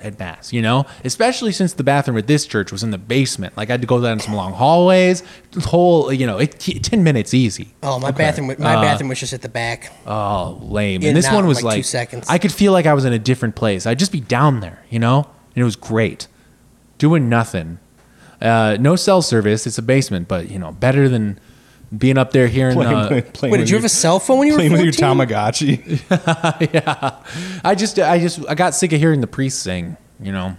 Speaker 2: at mass. You know, especially since the bathroom at this church was in the basement. Like I had to go down some long hallways. Whole, you know, it, ten minutes easy.
Speaker 1: Oh, my bathroom. My bathroom was just at the back.
Speaker 2: Oh, lame.
Speaker 1: In
Speaker 2: and this
Speaker 1: and out
Speaker 2: one
Speaker 1: in,
Speaker 2: was
Speaker 1: like,
Speaker 2: like,
Speaker 1: two seconds.
Speaker 2: I could feel like I was in a different place. I'd just be down there, you know? And it was great. Doing nothing. Uh, no cell service. It's a basement, but, you know, better than being up there hearing. uh,
Speaker 1: Wait, did you have a cell phone when you were
Speaker 3: playing
Speaker 1: 14?
Speaker 3: with your Tamagotchi?
Speaker 2: yeah. I just, I just, I got sick of hearing the priest sing, you know?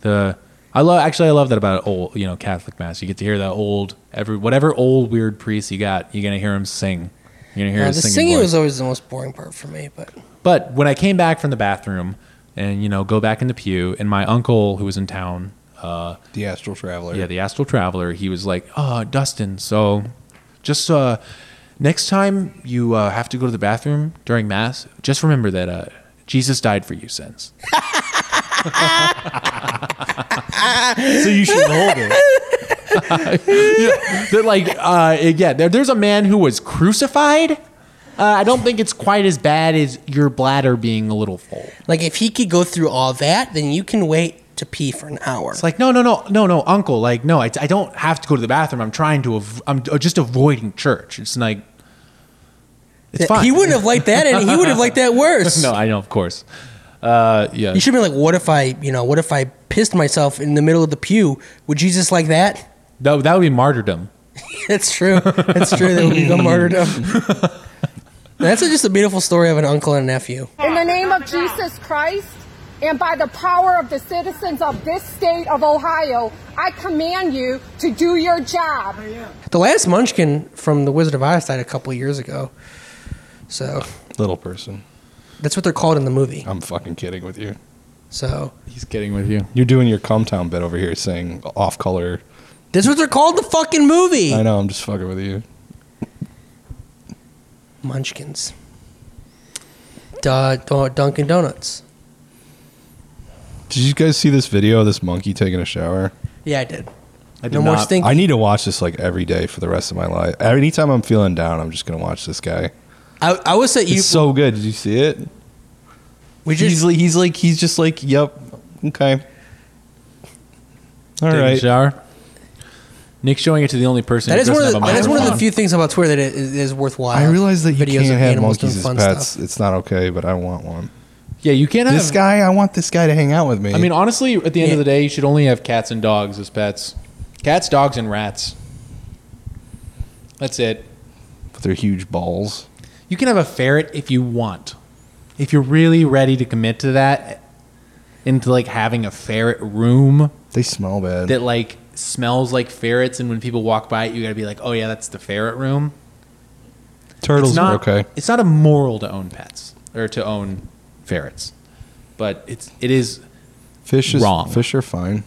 Speaker 2: The. I love actually I love that about old you know Catholic mass. You get to hear that old every whatever old weird priest you got, you're gonna hear him sing. You're gonna hear
Speaker 1: Uh, the
Speaker 2: his singing,
Speaker 1: singing
Speaker 2: voice.
Speaker 1: was always the most boring part for me, but
Speaker 2: But when I came back from the bathroom and, you know, go back in the pew, and my uncle who was in town, uh,
Speaker 3: the astral traveler.
Speaker 2: yeah, the astral traveler, he was like, oh, Dustin, so just uh, next time you uh, have to go to the bathroom during Mass, just remember that uh, Jesus died for your sins.
Speaker 3: so you should hold it.
Speaker 2: They're like, uh, yeah, there, there's a man who was crucified. Uh, I don't think it's quite as bad as your bladder being a little full.
Speaker 1: like if he could go through all that, then you can wait to pee for an hour.
Speaker 2: It's like, no, no, no, no, no, uncle. Like, no, I, I don't have to go to the bathroom. I'm trying to, av- I'm just avoiding church. It's like, it's fine.
Speaker 1: he wouldn't have liked that, and he would have liked that worse.
Speaker 2: No, I know, of course. Uh, yeah.
Speaker 1: You should be like, what if I, you know, what if I pissed myself in the middle of the pew? Would Jesus like that?
Speaker 2: That, that would be martyrdom.
Speaker 1: That's true. That's true. That would be the martyrdom. That's just a beautiful story of an uncle and a nephew.
Speaker 5: In the name of Jesus Christ and by the power of the citizens of this state of Ohio, I command you to do your job.
Speaker 1: The last Munchkin from The Wizard of Oz died a couple of years ago, so
Speaker 3: Little person.
Speaker 1: that's what they're called in the movie.
Speaker 3: I'm fucking kidding with you.
Speaker 1: So
Speaker 2: He's kidding with you.
Speaker 3: You're doing your Cumtown bit over here saying off color.
Speaker 1: that's what they're called in the fucking movie.
Speaker 3: I know, I'm just fucking with you.
Speaker 1: Munchkins. Duh, Dun- Dunkin' Donuts.
Speaker 3: Did you guys see this video of this monkey taking a shower?
Speaker 1: Yeah, I did.
Speaker 2: I did
Speaker 1: no more
Speaker 2: not-
Speaker 1: stinking.
Speaker 3: I need to watch this like every day for the rest of my life. Anytime I'm feeling down, I'm just gonna watch this guy.
Speaker 1: I, I was at you.
Speaker 3: It's so good. Did you see it?
Speaker 1: we
Speaker 3: He's
Speaker 1: just
Speaker 3: like, he's like, he's just like, yep, okay. All
Speaker 2: Taking a
Speaker 3: right.
Speaker 2: Shower. Nick's showing it to the only person.
Speaker 1: that
Speaker 2: who
Speaker 1: is one of the,
Speaker 2: doesn't
Speaker 1: that
Speaker 2: have a
Speaker 1: is one of the
Speaker 2: microphone.
Speaker 1: few things about Twitter that is, is worthwhile.
Speaker 3: I realize that you
Speaker 1: Videos of
Speaker 3: can't have
Speaker 1: animals doing
Speaker 3: monkeys as
Speaker 1: fun
Speaker 3: pets.
Speaker 1: stuff.
Speaker 3: It's not okay, but I want one.
Speaker 2: Yeah, you can't have.
Speaker 3: This guy, I want this guy to hang out with me.
Speaker 2: I mean, honestly, at the end
Speaker 1: Yeah.
Speaker 2: of the day, you should only have cats and dogs as pets. Cats, dogs, and rats. That's it.
Speaker 3: with their huge balls.
Speaker 2: You can have a ferret if you want. If you're really ready to commit to that, into like having a ferret room
Speaker 3: They smell bad.
Speaker 2: that like smells like ferrets, and when people walk by it, you gotta be like, oh yeah, that's the ferret room.
Speaker 3: Turtles
Speaker 2: it's
Speaker 3: are
Speaker 2: not,
Speaker 3: okay.
Speaker 2: It's not immoral to own pets or to own ferrets, but it's it is.
Speaker 3: Fish is
Speaker 2: wrong.
Speaker 3: Fish are fine.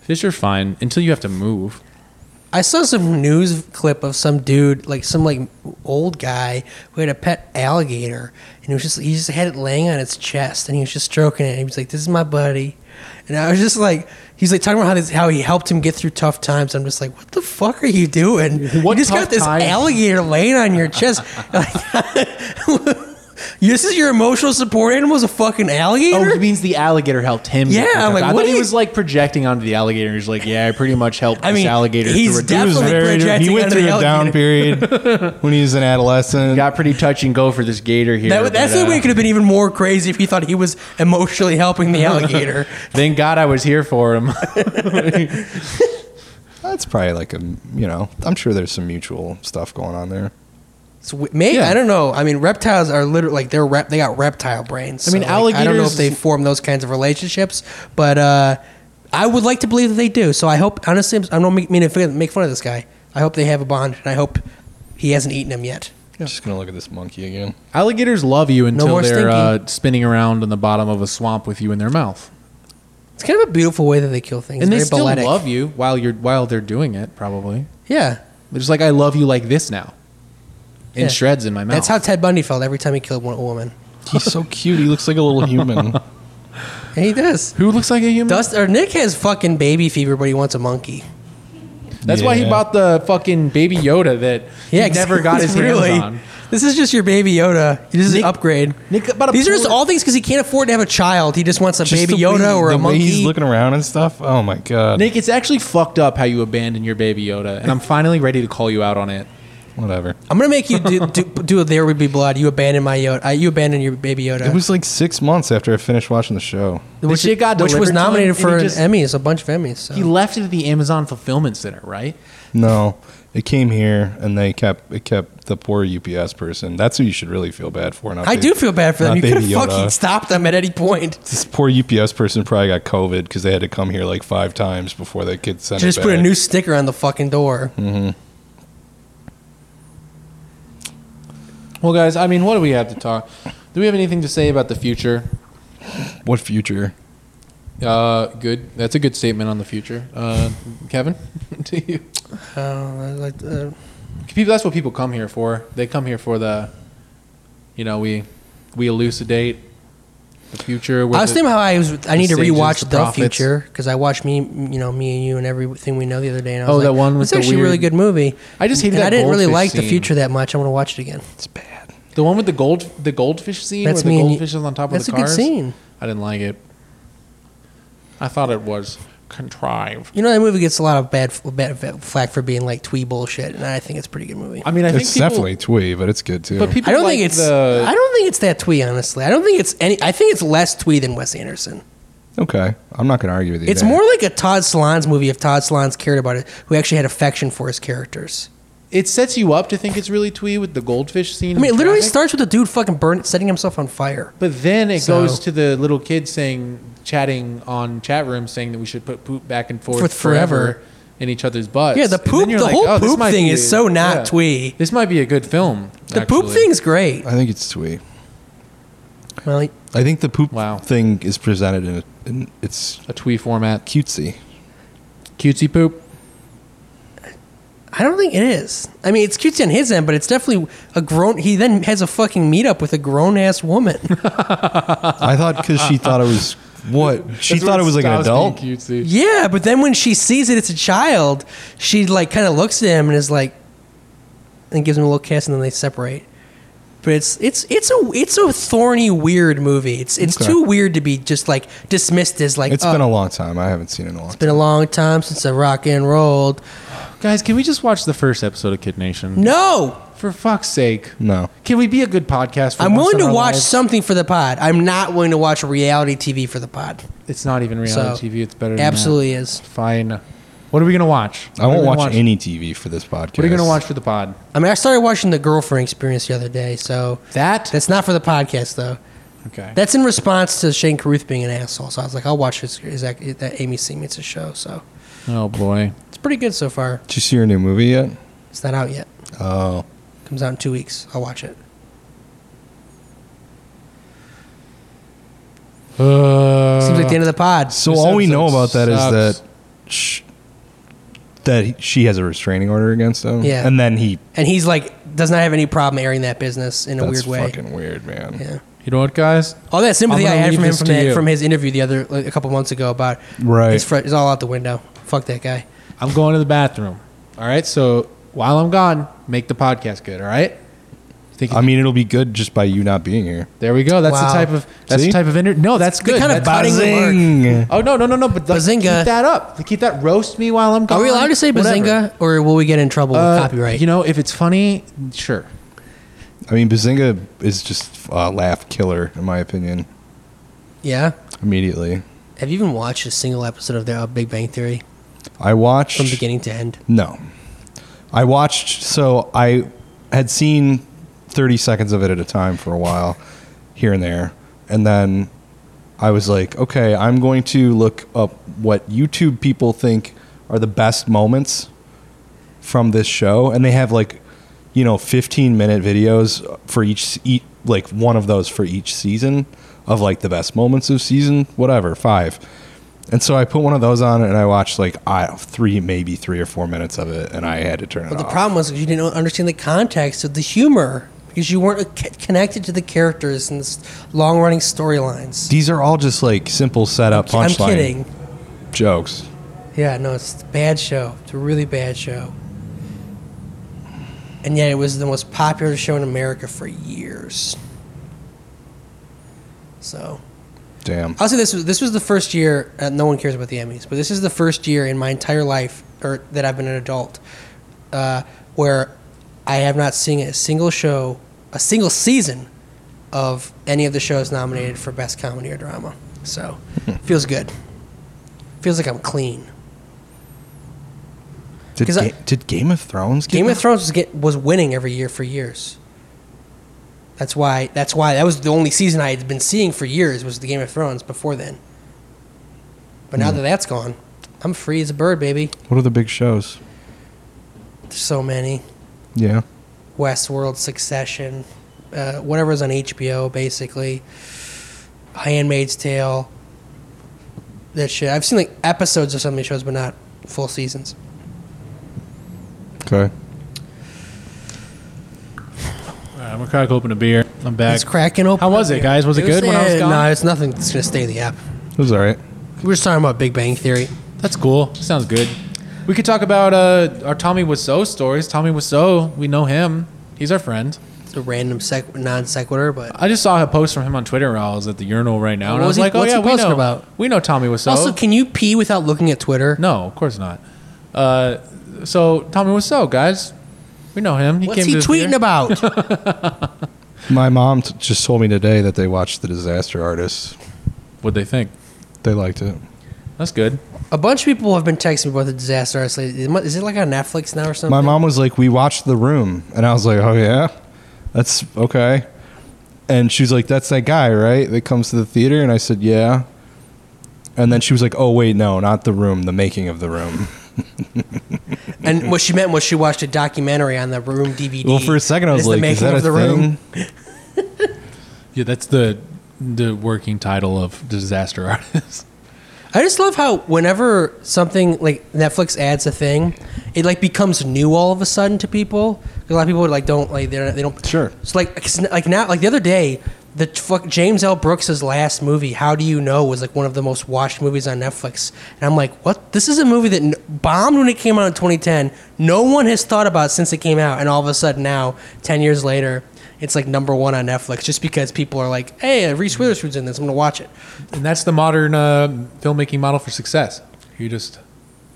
Speaker 2: Fish are fine until you have to move.
Speaker 1: I saw some news clip of some dude, like some like old guy who had a pet alligator, and it was just he just had it laying on its chest, and he was just stroking it, and he was like, "This is my buddy," and I was just like, he's like talking about how this, how he helped him get through tough times. I'm just like, what the fuck are you doing?
Speaker 2: What
Speaker 1: you just
Speaker 2: tough
Speaker 1: got this
Speaker 2: times?
Speaker 1: alligator laying on your chest. this is your emotional support animal is a fucking
Speaker 2: Oh,
Speaker 1: alligator.
Speaker 2: he means the alligator helped him.
Speaker 1: Yeah, I'm like,
Speaker 2: I
Speaker 1: what
Speaker 2: thought
Speaker 1: do
Speaker 2: he
Speaker 1: you-
Speaker 2: was like projecting onto the alligator. He's like, yeah, I pretty much helped
Speaker 1: I
Speaker 2: this
Speaker 1: mean,
Speaker 2: alligator. to
Speaker 1: he's
Speaker 2: reduce-
Speaker 1: definitely projecting
Speaker 3: he went
Speaker 1: onto
Speaker 3: through
Speaker 1: the
Speaker 3: a down
Speaker 1: alligator.
Speaker 3: period when he was an adolescent.
Speaker 2: got pretty touch and go for this gator here.
Speaker 1: That, that's
Speaker 2: but,
Speaker 1: the way
Speaker 2: uh,
Speaker 1: it could have been even more crazy if he thought he was emotionally helping the alligator.
Speaker 2: Thank God I was here for him.
Speaker 3: That's probably like a you know. I'm sure there's some mutual stuff going on there.
Speaker 1: It's w- maybe
Speaker 2: Yeah.
Speaker 1: I don't know. I mean, reptiles are literally like they're rep- they got reptile brains.
Speaker 2: I mean,
Speaker 1: so, like, I don't know
Speaker 2: alligators-
Speaker 1: if they form those kinds of relationships, but uh, I would like to believe that they do. So I hope honestly, I'm- I don't mean to f- make fun of this guy. I hope they have a bond, and I hope he hasn't eaten him yet.
Speaker 3: I'm just gonna look at this monkey again.
Speaker 2: Alligators love you until
Speaker 1: more
Speaker 2: they're uh,
Speaker 1: stinking.
Speaker 2: spinning around on the bottom of a swamp with you in their mouth,
Speaker 1: It's kind of a beautiful way that they kill things.
Speaker 2: and they
Speaker 1: Very
Speaker 2: still
Speaker 1: balletic.
Speaker 2: love you while you're while they're doing it. Probably
Speaker 1: Yeah,
Speaker 2: they're just like, "I love you like this now," in
Speaker 1: Yeah.
Speaker 2: shreds in my mouth.
Speaker 1: that's how Ted Bundy felt every time he killed one, a woman.
Speaker 3: He's so cute. He looks like a little human.
Speaker 1: And he does.
Speaker 2: Who looks like a human?
Speaker 1: Dust or Nick has fucking baby fever, but he wants a monkey.
Speaker 2: That's why he
Speaker 3: Yeah.
Speaker 2: bought the fucking baby Yoda that
Speaker 1: Yeah,
Speaker 2: he never got his hands
Speaker 1: really.
Speaker 2: on.
Speaker 1: This is just your baby Yoda. This is
Speaker 2: Nick-
Speaker 1: an upgrade.
Speaker 2: Nick bought a
Speaker 1: These are just
Speaker 2: polar-
Speaker 1: all things because he can't afford to have a child. He just wants a
Speaker 3: Just
Speaker 1: baby
Speaker 3: the way-
Speaker 1: Yoda or
Speaker 3: the
Speaker 1: a
Speaker 3: way
Speaker 1: monkey.
Speaker 3: He's looking around and stuff. Oh my god.
Speaker 2: Nick, it's actually fucked up how you abandoned your baby Yoda, and I'm finally ready to call you out on it.
Speaker 3: Whatever.
Speaker 1: I'm gonna make you do, do, do a There Would Be Blood. You abandon my Yoda. I, you abandon your baby Yoda.
Speaker 3: It was like six months after I finished watching the show.
Speaker 1: which,
Speaker 2: shit got
Speaker 1: which
Speaker 2: delivered
Speaker 1: was
Speaker 2: to him,
Speaker 1: nominated
Speaker 2: and
Speaker 1: for
Speaker 2: he
Speaker 1: an
Speaker 2: just-
Speaker 1: Emmys, a bunch of Emmys. So.
Speaker 2: He left it at the Amazon Fulfillment Center, right?
Speaker 3: No, it came here and they kept it kept the poor UPS person. That's who you should really feel bad for. Not
Speaker 1: I
Speaker 3: Baby-
Speaker 1: do feel bad for them.
Speaker 3: not
Speaker 1: You could have
Speaker 3: Baby Yoda.
Speaker 1: fucking stopped them at any point.
Speaker 3: This poor UPS person probably got COVID because they had to come here like five times before they could send.
Speaker 1: Just
Speaker 3: it
Speaker 1: put a
Speaker 3: back.
Speaker 1: new sticker on the fucking door.
Speaker 2: Hmm. Well, guys, I mean, what do we have to talk? Do we have anything to say about the future?
Speaker 3: What future?
Speaker 2: Uh, good. That's a good statement on the future. Uh, Kevin, to you.
Speaker 1: Uh, like, uh,
Speaker 2: People, that's what people come here for. They come here for the, you know, we we elucidate the future.
Speaker 1: I was thinking how I was. I need to
Speaker 2: stages,
Speaker 1: rewatch
Speaker 2: the
Speaker 1: The,
Speaker 2: prophets.
Speaker 1: Future because I watched me, you know, me and you and everything we know the other day. And I
Speaker 2: Oh,
Speaker 1: was
Speaker 2: that
Speaker 1: like,
Speaker 2: one with
Speaker 1: It's
Speaker 2: the
Speaker 1: actually a really
Speaker 2: weird-
Speaker 1: good movie.
Speaker 2: I just hated
Speaker 1: And
Speaker 2: that
Speaker 1: I didn't really
Speaker 2: goldfish
Speaker 1: like The
Speaker 2: scene.
Speaker 1: Future that much. I want to watch it again.
Speaker 3: It's bad.
Speaker 2: the one with the gold the goldfish scene.
Speaker 1: That's
Speaker 2: where
Speaker 1: me
Speaker 2: the
Speaker 1: and you-
Speaker 2: goldfish is on top
Speaker 1: That's
Speaker 2: of
Speaker 1: a
Speaker 2: the cars.
Speaker 1: good scene.
Speaker 2: I didn't like it. I thought it was contrived.
Speaker 1: You know that movie gets a lot of bad, bad flack for being like twee bullshit, and I think it's a pretty good movie.
Speaker 2: I mean, I
Speaker 3: It's
Speaker 2: think people,
Speaker 3: definitely twee, but it's good too.
Speaker 2: but people
Speaker 1: I don't
Speaker 2: like
Speaker 1: think it's.
Speaker 2: the,
Speaker 1: I don't think it's that twee. Honestly, I don't think it's any. I think it's less twee than Wes Anderson.
Speaker 3: okay, I'm not gonna argue with you.
Speaker 1: It's
Speaker 3: there.
Speaker 1: more like a Todd Solondz movie if Todd Solondz cared about it, who actually had affection for his characters.
Speaker 2: it sets you up to think it's really twee with the goldfish scene.
Speaker 1: I mean, it
Speaker 2: in
Speaker 1: literally
Speaker 2: traffic,
Speaker 1: starts with a dude fucking burn, setting himself on fire.
Speaker 2: But then it
Speaker 1: So-
Speaker 2: goes to the little kid saying, chatting on chat room, saying that we should put poop back and forth
Speaker 1: With
Speaker 2: forever.
Speaker 1: forever.
Speaker 2: in each other's butts.
Speaker 1: Yeah, the
Speaker 2: And then
Speaker 1: poop-
Speaker 2: you're "Oh,
Speaker 1: the whole
Speaker 2: this
Speaker 1: poop
Speaker 2: might
Speaker 1: thing
Speaker 2: be
Speaker 1: is so not twee."
Speaker 2: This might be a good film.
Speaker 1: The poop
Speaker 2: actually.
Speaker 1: thing's great.
Speaker 3: I think it's twee.
Speaker 1: Well,
Speaker 3: I think the poop
Speaker 2: Wow.
Speaker 3: thing is presented in, in it's
Speaker 2: a twee format,
Speaker 3: cutesy.
Speaker 2: cutesy poop.
Speaker 1: I don't think it is. I mean, it's cutesy on his end, but it's definitely a grown. He then has a fucking meetup with a grown ass woman.
Speaker 3: I thought because she thought it was what she
Speaker 2: That's
Speaker 3: thought
Speaker 2: where
Speaker 3: it was like an
Speaker 2: stops being
Speaker 3: adult.
Speaker 2: Cutesy.
Speaker 1: yeah, but then when she sees it, it's a child. She like kind of looks at him and is like, and gives him a little kiss, and then they separate. But it's it's it's a it's a thorny, weird movie. It's it's
Speaker 3: Okay.
Speaker 1: too weird to be just like dismissed as like.
Speaker 3: It's
Speaker 1: oh,
Speaker 3: been a long time. I haven't seen it in a long.
Speaker 1: it's been a long time since I rock and rolled.
Speaker 2: Guys, can we just watch the first episode of Kid Nation?
Speaker 1: No,
Speaker 2: For fuck's sake.
Speaker 3: No.
Speaker 2: Can we be a good podcast? For
Speaker 1: I'm
Speaker 2: once
Speaker 1: willing
Speaker 2: in
Speaker 1: to
Speaker 2: our
Speaker 1: watch
Speaker 2: lives?
Speaker 1: something for the pod. I'm not willing to watch reality TV for the pod.
Speaker 2: It's not even
Speaker 1: So,
Speaker 2: reality TV. It's better. Than
Speaker 1: Absolutely is.
Speaker 2: That. Fine. What are we gonna watch? What
Speaker 3: I
Speaker 2: are
Speaker 3: won't
Speaker 2: we
Speaker 3: watch
Speaker 2: gonna
Speaker 3: any TV for this
Speaker 2: What
Speaker 3: podcast.
Speaker 2: are you gonna watch for the pod?
Speaker 1: I mean, I started watching the Girlfriend Experience the other day, so
Speaker 2: That.
Speaker 1: that's not for the podcast though.
Speaker 2: okay.
Speaker 1: That's in response to Shane Carruth being an asshole. So I was like, I'll watch his, his act- that Amy Seaman's show. So
Speaker 2: oh boy.
Speaker 1: it's pretty good so far.
Speaker 3: Did you see your new movie yet?
Speaker 1: It's not out yet.
Speaker 3: Oh,
Speaker 1: Comes out in two weeks. I'll watch it.
Speaker 2: Uh,
Speaker 1: Seems like the end of the pod.
Speaker 3: so
Speaker 2: This
Speaker 3: all we know about
Speaker 2: episode
Speaker 3: that is
Speaker 2: sucks.
Speaker 3: that sh- that he- she has a restraining order against him.
Speaker 1: Yeah.
Speaker 3: and then he.
Speaker 1: And he's like, does not have any problem airing that business in a weird
Speaker 3: That's
Speaker 1: way.
Speaker 3: fucking weird, man.
Speaker 1: yeah.
Speaker 2: You know what, guys?
Speaker 1: All that sympathy I
Speaker 2: I'm gonna
Speaker 1: had
Speaker 2: leave
Speaker 1: from him
Speaker 2: this
Speaker 1: from,
Speaker 2: to
Speaker 1: that-
Speaker 2: you.
Speaker 1: from his interview the other like, a couple months ago about
Speaker 3: Right.
Speaker 1: his fr- is all out the window. Fuck that guy.
Speaker 2: I'm going to the bathroom. All right. So while I'm gone, make the podcast good. All right. Think
Speaker 3: I mean, it'll be good just by you not being here.
Speaker 2: there we go. That's
Speaker 1: Wow.
Speaker 2: the type of that's
Speaker 3: See?
Speaker 2: the type of inter- no. That's good.
Speaker 1: kind of
Speaker 2: That's-
Speaker 1: cutting the mark.
Speaker 2: Oh no no no no! But like, keep
Speaker 1: Bazinga.
Speaker 2: that up. Keep that roast me while I'm gone.
Speaker 1: Are we allowed to say
Speaker 2: Whatever.
Speaker 1: bazinga, or will we get in trouble
Speaker 2: Uh,
Speaker 1: with copyright?
Speaker 2: You know, if it's funny, sure.
Speaker 3: I mean, Bazinga is just a laugh killer, in my opinion.
Speaker 1: yeah.
Speaker 3: Immediately,
Speaker 1: Have you even watched a single episode of the uh, Big Bang Theory?
Speaker 3: I watched
Speaker 1: From beginning to end.
Speaker 3: No, I watched. So I had seen thirty seconds of it at a time for a while, here and there, and then I was like, okay, I'm going to look up what YouTube people think are the best moments from this show, and they have like, you know, 15 minute videos for each, each like one of those for each season of like the best moments of season whatever five. And so I put one of those on and I watched like I, three, maybe three or four minutes of it, and I had to turn it
Speaker 1: But the
Speaker 3: off.
Speaker 1: problem was you didn't understand the context of the humor because you weren't c- connected to the characters and the long running storylines.
Speaker 3: These are all just like simple setup
Speaker 1: I'm
Speaker 3: uh, punchline
Speaker 1: kidding.
Speaker 3: jokes.
Speaker 1: Yeah, no, it's a bad show. It's a really bad show. And yet it was the most popular show in America for years. So
Speaker 3: Damn.
Speaker 1: I'll say this was this was the first year uh, no one cares about the Emmys, but this is the first year in my entire life or that I've been an adult uh, where I have not seen a single show, a single season of any of the shows nominated for best comedy or drama. So feels good. Feels like I'm clean.
Speaker 3: Did,
Speaker 1: 'Cause I-
Speaker 3: Ga- did Game of Thrones? get
Speaker 1: Game of
Speaker 3: that?
Speaker 1: Thrones was, get, was winning every year for years. That's why. That's why. That was the only season I had been seeing for years was the Game of Thrones before then. But
Speaker 2: Hmm.
Speaker 1: now that that's gone, I'm free as a bird, baby.
Speaker 3: What are the big shows?
Speaker 1: There's so many
Speaker 3: Yeah.
Speaker 1: Westworld, Succession, uh, whatever's on HBO, basically. Handmaid's Tale. That shit. I've seen like episodes of some of these shows, but not full seasons.
Speaker 3: Okay.
Speaker 2: All right, I'm gonna crack open a beer. I'm back.
Speaker 1: It's cracking open.
Speaker 2: How was
Speaker 1: up
Speaker 2: it,
Speaker 1: here.
Speaker 2: guys? Was it good when I was
Speaker 1: uh,
Speaker 2: gone?
Speaker 1: No, it's nothing. It's gonna stay the app.
Speaker 3: It was all right.
Speaker 1: We were just talking about Big Bang Theory.
Speaker 2: That's cool. Sounds good. We could talk about uh, our Tommy Wiseau stories. Tommy Wiseau, we know him. He's our friend.
Speaker 1: It's a random sec- non sequitur, but
Speaker 2: I just saw a post from him on Twitter while I was at the urinal right now, and
Speaker 1: What
Speaker 2: I
Speaker 1: was
Speaker 2: was
Speaker 1: he-
Speaker 2: like, "Oh
Speaker 1: what's
Speaker 2: yeah,
Speaker 1: he
Speaker 2: we
Speaker 1: posting
Speaker 2: know
Speaker 1: about?
Speaker 2: we know Tommy Wiseau."
Speaker 1: also, can you pee without looking at Twitter?
Speaker 2: no, of course not. Uh, so Tommy Wiseau, guys, we know him. He
Speaker 1: What's
Speaker 2: came
Speaker 1: he
Speaker 2: to the
Speaker 1: tweeting
Speaker 2: beer.
Speaker 1: about?
Speaker 3: My mom t- just told me today that they watched The Disaster Artist.
Speaker 2: What they think?
Speaker 3: They liked it.
Speaker 2: That's good.
Speaker 1: a bunch of people have been texting me about the disaster artist lately. Is it- Is it like on Netflix now or something?
Speaker 3: My mom was like, "We watched The Room," and I was like, "Oh yeah, that's okay." And she was like, "That's that guy, right? That comes to the theater." And I said, "Yeah." And then she was like, "Oh wait, no, not The Room. The making of The Room."
Speaker 1: And what she meant was she watched a documentary on the Room DVD.
Speaker 3: Well, for a second, I was
Speaker 1: It's the
Speaker 3: like,
Speaker 1: making
Speaker 3: "Is that
Speaker 1: of
Speaker 3: a
Speaker 1: the
Speaker 3: thing?"
Speaker 1: room.
Speaker 2: Yeah, that's the the working title of disaster artist.
Speaker 1: I just love how whenever something like Netflix adds a thing, it like becomes new all of a sudden to people. 'Cause A lot of people like don't like they're, they don't
Speaker 3: Sure.
Speaker 1: So like 'cause n- like now like the other day, the t- fuck James L. Brooks's last movie, How Do You Know, was like one of the most watched movies on Netflix, and I'm like, what? This is a movie that n- bombed when it came out in 2010. No one has thought about since it came out, and all of a sudden now, ten years later. It's like number one on Netflix just because people are like, "Hey, Reese Witherspoon's in this. I'm gonna watch it."
Speaker 2: And that's the modern uh, filmmaking model for success. You just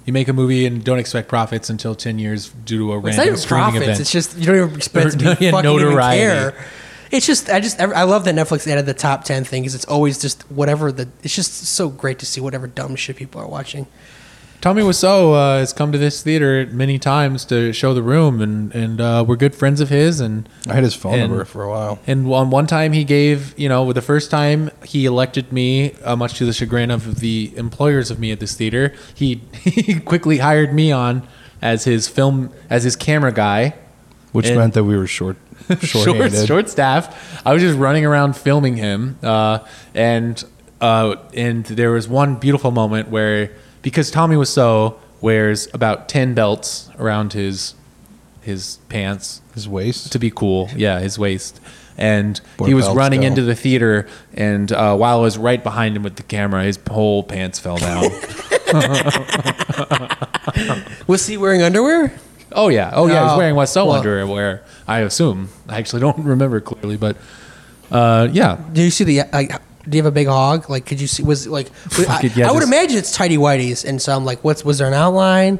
Speaker 2: you make a movie and don't expect profits until ten years due to a
Speaker 1: It's
Speaker 2: random
Speaker 1: not even
Speaker 2: streaming
Speaker 1: profits.
Speaker 2: event.
Speaker 1: It's just you don't even expect to be
Speaker 2: Yeah,
Speaker 1: fucking
Speaker 2: notoriety.
Speaker 1: even care. It's just I just I love that Netflix added the top ten thing because it's always just whatever the it's just so great to see whatever dumb shit people are watching.
Speaker 2: Tommy Wiseau uh, has come to this theater many times to show the room, and and uh, we're good friends of his. And
Speaker 3: I had his phone
Speaker 2: And-
Speaker 3: number for a while.
Speaker 2: and on one time he gave, you know, the first time he elected me, uh, much to the chagrin of the employers of me at this theater, he he quickly hired me on as his film as his camera guy.
Speaker 3: Which
Speaker 2: And-
Speaker 3: meant that we were short,
Speaker 2: short,
Speaker 3: short-handed.
Speaker 2: short staff. I was just running around filming him, uh, and uh, and there was one beautiful moment where because Tommy Wiseau wears about ten belts around his his pants
Speaker 3: His waist.
Speaker 2: to be cool. Yeah, his waist. And
Speaker 3: Boy,
Speaker 2: he was
Speaker 3: belts
Speaker 2: running
Speaker 3: go.
Speaker 2: into the theater, and uh, while I was right behind him with the camera, his whole pants fell down.
Speaker 1: Was he wearing underwear?
Speaker 2: oh yeah, oh yeah, he
Speaker 1: Oh,
Speaker 2: was wearing Wiseau
Speaker 1: well-
Speaker 2: underwear. I assume. I actually don't remember clearly, but uh, yeah,
Speaker 1: Do you see the like? Do you have a big hog? Like, could you see? Was like? I,
Speaker 2: it, yeah,
Speaker 1: I would
Speaker 2: just-
Speaker 1: imagine it's tidy whities, and so I'm like, what's was there an outline?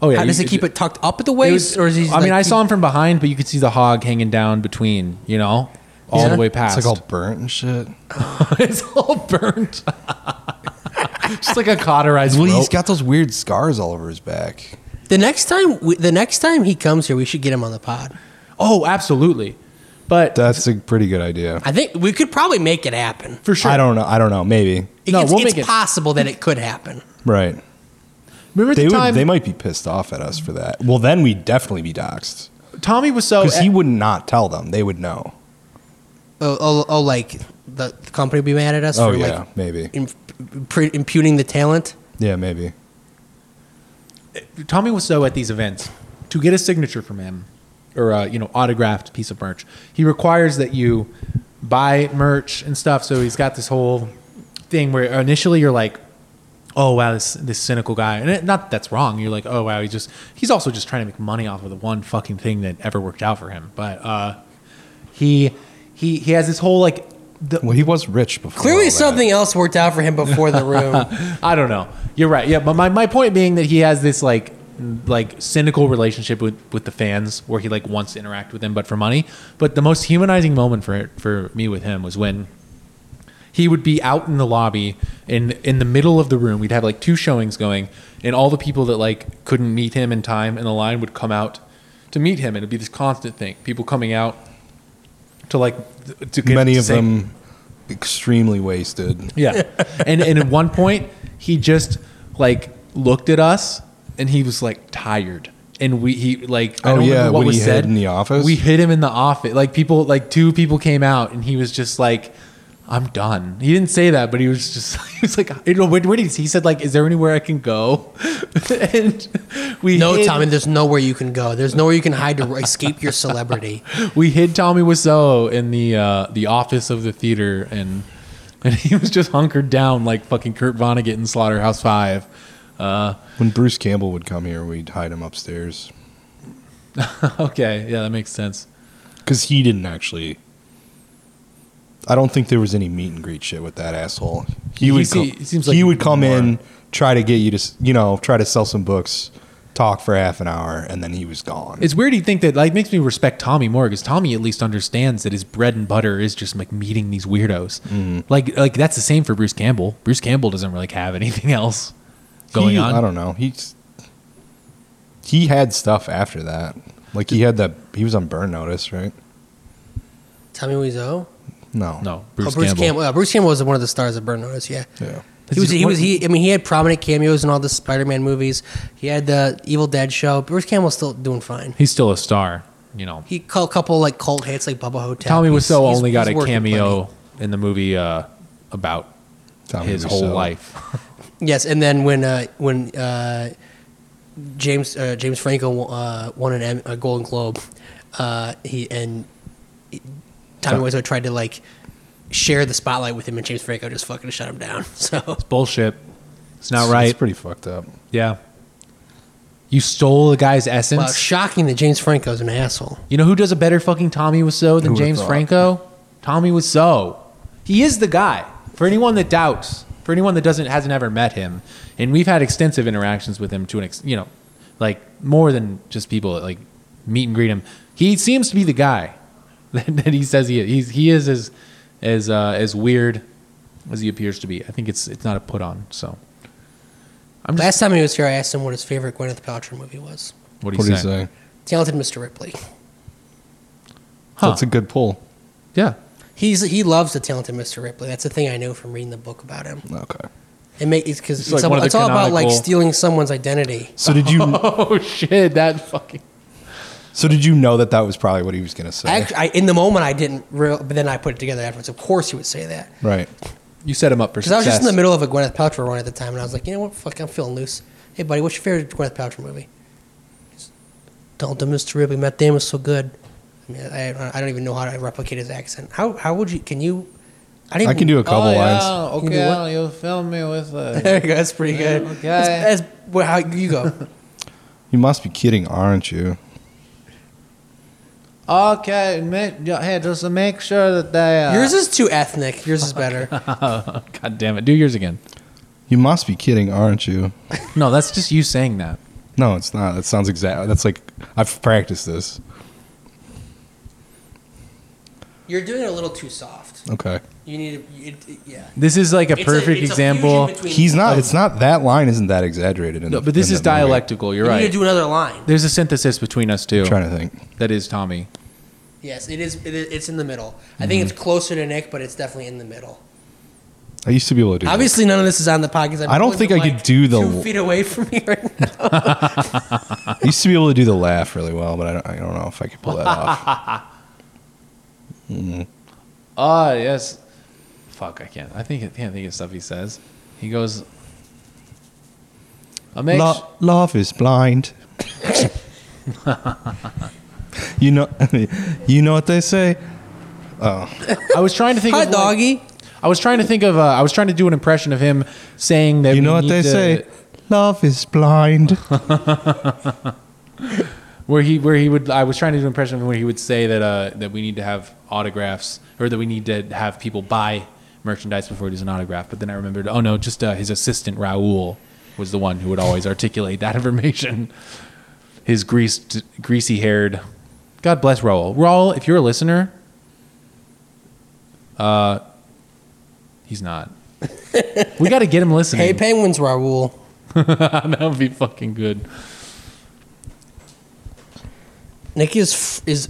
Speaker 2: oh yeah.
Speaker 1: How does
Speaker 2: you-
Speaker 1: he keep it tucked up at the
Speaker 2: It
Speaker 1: waist,
Speaker 2: was-
Speaker 1: or is he?
Speaker 2: I mean,
Speaker 1: like,
Speaker 2: I
Speaker 1: keep-
Speaker 2: saw him from behind, but you could see the hog hanging down between, you know, all
Speaker 1: Yeah.
Speaker 2: the way
Speaker 3: It's
Speaker 2: past.
Speaker 3: like all burnt and shit.
Speaker 2: It's all burnt. Just like a cauterized.
Speaker 3: Well, he's
Speaker 2: rope.
Speaker 3: got those weird scars all over his back.
Speaker 1: The next time, we, the next time he comes here, we should get him on the pod.
Speaker 2: Oh, absolutely. But
Speaker 3: that's a pretty good idea.
Speaker 1: I think we could probably make it happen.
Speaker 2: For sure.
Speaker 3: I don't know. I don't know. Maybe.
Speaker 1: It-
Speaker 2: No,
Speaker 1: it's
Speaker 2: we'll
Speaker 1: it's
Speaker 2: make it-
Speaker 1: possible that it could happen.
Speaker 3: Right.
Speaker 2: Remember
Speaker 3: They
Speaker 2: the
Speaker 3: would.
Speaker 2: time
Speaker 3: They might be pissed off at us for that. Well, then we'd definitely be doxxed
Speaker 2: Tommy was so
Speaker 3: because he would not tell them. They would know.
Speaker 1: Oh, oh, oh like the, the company would be mad at us
Speaker 3: Oh
Speaker 1: for
Speaker 3: yeah,
Speaker 1: like
Speaker 3: maybe.
Speaker 1: imp- pre- imputing the talent.
Speaker 3: Yeah, maybe.
Speaker 2: Tommy Wiseau at these events to get a signature from him or a, you know autographed piece of merch. He requires that you buy merch and stuff. So he's got this whole thing where initially you're like, "Oh wow, this this cynical guy," and it, not that that's wrong. You're like, "Oh wow, he's just he's also just trying to make money off of the one fucking thing that ever worked out for him." But uh, he he he has this whole like the,
Speaker 3: Well, he was rich before. all
Speaker 1: Clearly,
Speaker 3: that.
Speaker 1: something else worked out for him before the room.
Speaker 2: I don't know. You're right. Yeah, but my, my point being that he has this like like cynical relationship with, with the fans where he like wants to interact with them but for money. But the most humanizing moment for for me with him was when he would be out in the lobby in in the middle of the room. We'd have like two showings going and all the people that like couldn't meet him in time in the line would come out to meet him and it'd be this constant thing. People coming out to like th- to get
Speaker 3: Many
Speaker 2: the
Speaker 3: of
Speaker 2: same-
Speaker 3: them extremely wasted.
Speaker 2: yeah. And and at one point he just like looked at us and he was like tired. And we he like I
Speaker 3: Oh,
Speaker 2: don't
Speaker 3: yeah,
Speaker 2: remember what
Speaker 3: when
Speaker 2: was
Speaker 3: he hid
Speaker 2: said
Speaker 3: in the office?
Speaker 2: We hit him in the office. Like people like two people came out and he was just like I'm done. He didn't say that, but he was just he was like you know what, what did he, say? he said like is there anywhere I can go? and we
Speaker 1: No,
Speaker 2: hid,
Speaker 1: Tommy, there's nowhere you can go. There's nowhere you can hide to escape your celebrity.
Speaker 2: we hid Tommy Wiseau in the uh, the office of the theater, and and he was just hunkered down like fucking Kurt Vonnegut in Slaughterhouse Five. Uh,
Speaker 3: When Bruce Campbell would come here, we'd hide him upstairs
Speaker 2: okay, yeah, that makes sense.
Speaker 3: because he didn't actually. I don't think there was any meet and greet shit with that asshole. He,
Speaker 2: He
Speaker 3: would.
Speaker 2: se-
Speaker 3: come,
Speaker 2: he seems like
Speaker 3: he
Speaker 2: he'd
Speaker 3: would
Speaker 2: be
Speaker 3: come
Speaker 2: more-
Speaker 3: in, try to get you to, s- you know, try to sell some books, talk for half an hour, and then he was gone.
Speaker 2: It's weird you think that like makes me respect Tommy more because Tommy at least understands that his bread and butter is just like meeting these weirdos.
Speaker 1: Mm-hmm.
Speaker 2: Like like that's the same for Bruce Campbell. Bruce Campbell doesn't really have anything else going
Speaker 3: He-
Speaker 2: on.
Speaker 3: I don't know. He's he had stuff after that. Like he had that. He was on burn notice, right?
Speaker 1: Tommy Wiseau.
Speaker 3: No.
Speaker 2: No,
Speaker 1: Bruce, oh,
Speaker 2: Bruce,
Speaker 1: Bruce Campbell.
Speaker 2: Campbell.
Speaker 1: uh, Bruce Campbell was one of the stars of Burn Notice. Yeah,
Speaker 3: Yeah.
Speaker 1: he was. He was. He. I mean, he had prominent cameos in all the Spider-Man movies. He had the Evil Dead show. Bruce Campbell's still doing fine.
Speaker 2: He's still a star, you know.
Speaker 1: He caught a couple like cult hits like Bubba Hotel.
Speaker 2: Tommy
Speaker 1: He's-
Speaker 2: Wiseau
Speaker 1: he's-
Speaker 2: only got
Speaker 1: he's
Speaker 2: a
Speaker 1: working
Speaker 2: cameo in the movie uh, about
Speaker 3: Tommy
Speaker 2: his whole
Speaker 3: Wiseau.
Speaker 2: life.
Speaker 1: plenty. Yes, and then when uh, when uh, James uh, James Franco uh, won an Em- a Golden Globe, uh, he and Tommy Wiseau tried to like share the spotlight with him, and James Franco just fucking shut him down. So
Speaker 2: Bullshit. It's not
Speaker 3: It's-
Speaker 2: right.
Speaker 3: It's pretty fucked up.
Speaker 2: yeah. You stole the guy's essence.
Speaker 1: wow, shocking that James Franco's an asshole.
Speaker 2: You know who does a better fucking Tommy Wiseau than
Speaker 3: would've
Speaker 2: James
Speaker 3: thought?
Speaker 2: Franco? Tommy Wiseau. He is the guy. For anyone that doubts, for anyone that doesn't hasn't ever met him, and we've had extensive interactions with him to an ex, you know, like more than just people that like meet and greet him. He seems to be the guy that, that he says he is. He's, he is as as uh, as weird as he appears to be. I think it's it's not a put on. So I'm just
Speaker 1: Last time he was here, I asked him what his favorite Gwyneth Paltrow movie was.
Speaker 2: what do
Speaker 3: What
Speaker 2: you
Speaker 3: do you
Speaker 2: say?
Speaker 3: say?
Speaker 1: Talented Mr. Ripley.
Speaker 2: Huh.
Speaker 3: That's a good pull.
Speaker 2: Yeah.
Speaker 1: He's he loves the Talented Mr. Ripley. That's the thing I know from reading the book about him.
Speaker 3: Okay.
Speaker 1: It make it's because
Speaker 2: It's
Speaker 1: it's,
Speaker 2: like
Speaker 1: all-
Speaker 2: one of the
Speaker 1: it's all about like
Speaker 2: canonical-
Speaker 1: stealing someone's identity.
Speaker 3: So did you?
Speaker 2: Oh shit! That fucking.
Speaker 3: so did you know that that was probably what he was going to say?
Speaker 1: I, act- I in the moment I didn't real, but then I put it together afterwards. Of course he would say that
Speaker 3: right.
Speaker 2: You set him up for
Speaker 1: because I was
Speaker 2: success.
Speaker 1: just in the middle of a Gwyneth Paltrow run at the time, and I was like, you know what, fuck, I'm feeling loose. Hey buddy, what's your favorite Gwyneth Paltrow movie? Talented Mr. Ripley. Matt Damon was so good. I mean, I, I don't even know how to replicate his accent. How how would you? Can you? I, didn't,
Speaker 3: I can do a
Speaker 2: Oh,
Speaker 3: couple lines.
Speaker 1: You do what?
Speaker 2: you film me with
Speaker 1: There you go. That's pretty good.
Speaker 2: Okay.
Speaker 1: That's, that's well, how you go.
Speaker 3: You must be kidding, aren't you?
Speaker 2: okay. Make, hey, just make sure that they. uh,
Speaker 1: Yours is too ethnic. Yours is better.
Speaker 2: God damn it! Do yours again.
Speaker 3: You must be kidding, aren't you?
Speaker 2: No, that's just you saying that.
Speaker 3: No, it's not. That sounds exact. That's like I've practiced this.
Speaker 1: You're doing it a little too soft.
Speaker 3: Okay.
Speaker 1: You need to, it, it- yeah.
Speaker 2: This is like a
Speaker 1: It's
Speaker 2: perfect
Speaker 1: it's fusion
Speaker 2: example.
Speaker 1: between-
Speaker 3: He's not.
Speaker 1: of-
Speaker 3: It's not that line. Isn't that exaggerated? In
Speaker 2: No,
Speaker 3: the-
Speaker 2: but this
Speaker 3: in
Speaker 2: is
Speaker 3: that movie.
Speaker 2: dialectical. You're
Speaker 1: You
Speaker 2: right.
Speaker 1: need to do another line.
Speaker 2: There's a synthesis between us two.
Speaker 3: I'm trying to think.
Speaker 2: That is Tommy.
Speaker 1: Yes, it is. It is it's in the middle. I think
Speaker 3: Mm-hmm.
Speaker 1: it's closer to Nick, but it's definitely in the middle.
Speaker 3: I used to be able to do. that.
Speaker 1: Obviously, none of this is on the podcast. I'm
Speaker 3: I don't
Speaker 1: holding
Speaker 3: think
Speaker 1: the
Speaker 3: I could
Speaker 1: mic
Speaker 3: do the-
Speaker 1: two feet away from me right now.
Speaker 3: I used to be able to do the laugh really well, but I don't, I don't know if I could pull that off. Mm.
Speaker 2: Ah, yes. Fuck, I can't. I think I can't think of stuff he says. He goes. I make
Speaker 3: Lo- love is blind. you know, you know what they say. Oh,
Speaker 2: I was trying to think.
Speaker 1: Hi,
Speaker 2: of like-
Speaker 1: doggy.
Speaker 2: I was trying to think of. Uh, I was trying to do an impression of him saying that.
Speaker 3: you
Speaker 2: we
Speaker 3: know what
Speaker 2: need
Speaker 3: they
Speaker 2: to-
Speaker 3: say. Love is blind.
Speaker 2: Where he, where he would. I was trying to do an impression of him where he would say that uh, that we need to have autographs or that we need to have people buy merchandise before he does an autograph. But then I remembered. Oh no, just uh, his assistant Raoul was the one who would always articulate that information. His greased, greasy haired. God bless Raul. Raul, if you're a listener, uh, he's not. We got to get him listening.
Speaker 1: hey, penguins, Raul.
Speaker 2: that would be fucking good.
Speaker 1: Nick is f- is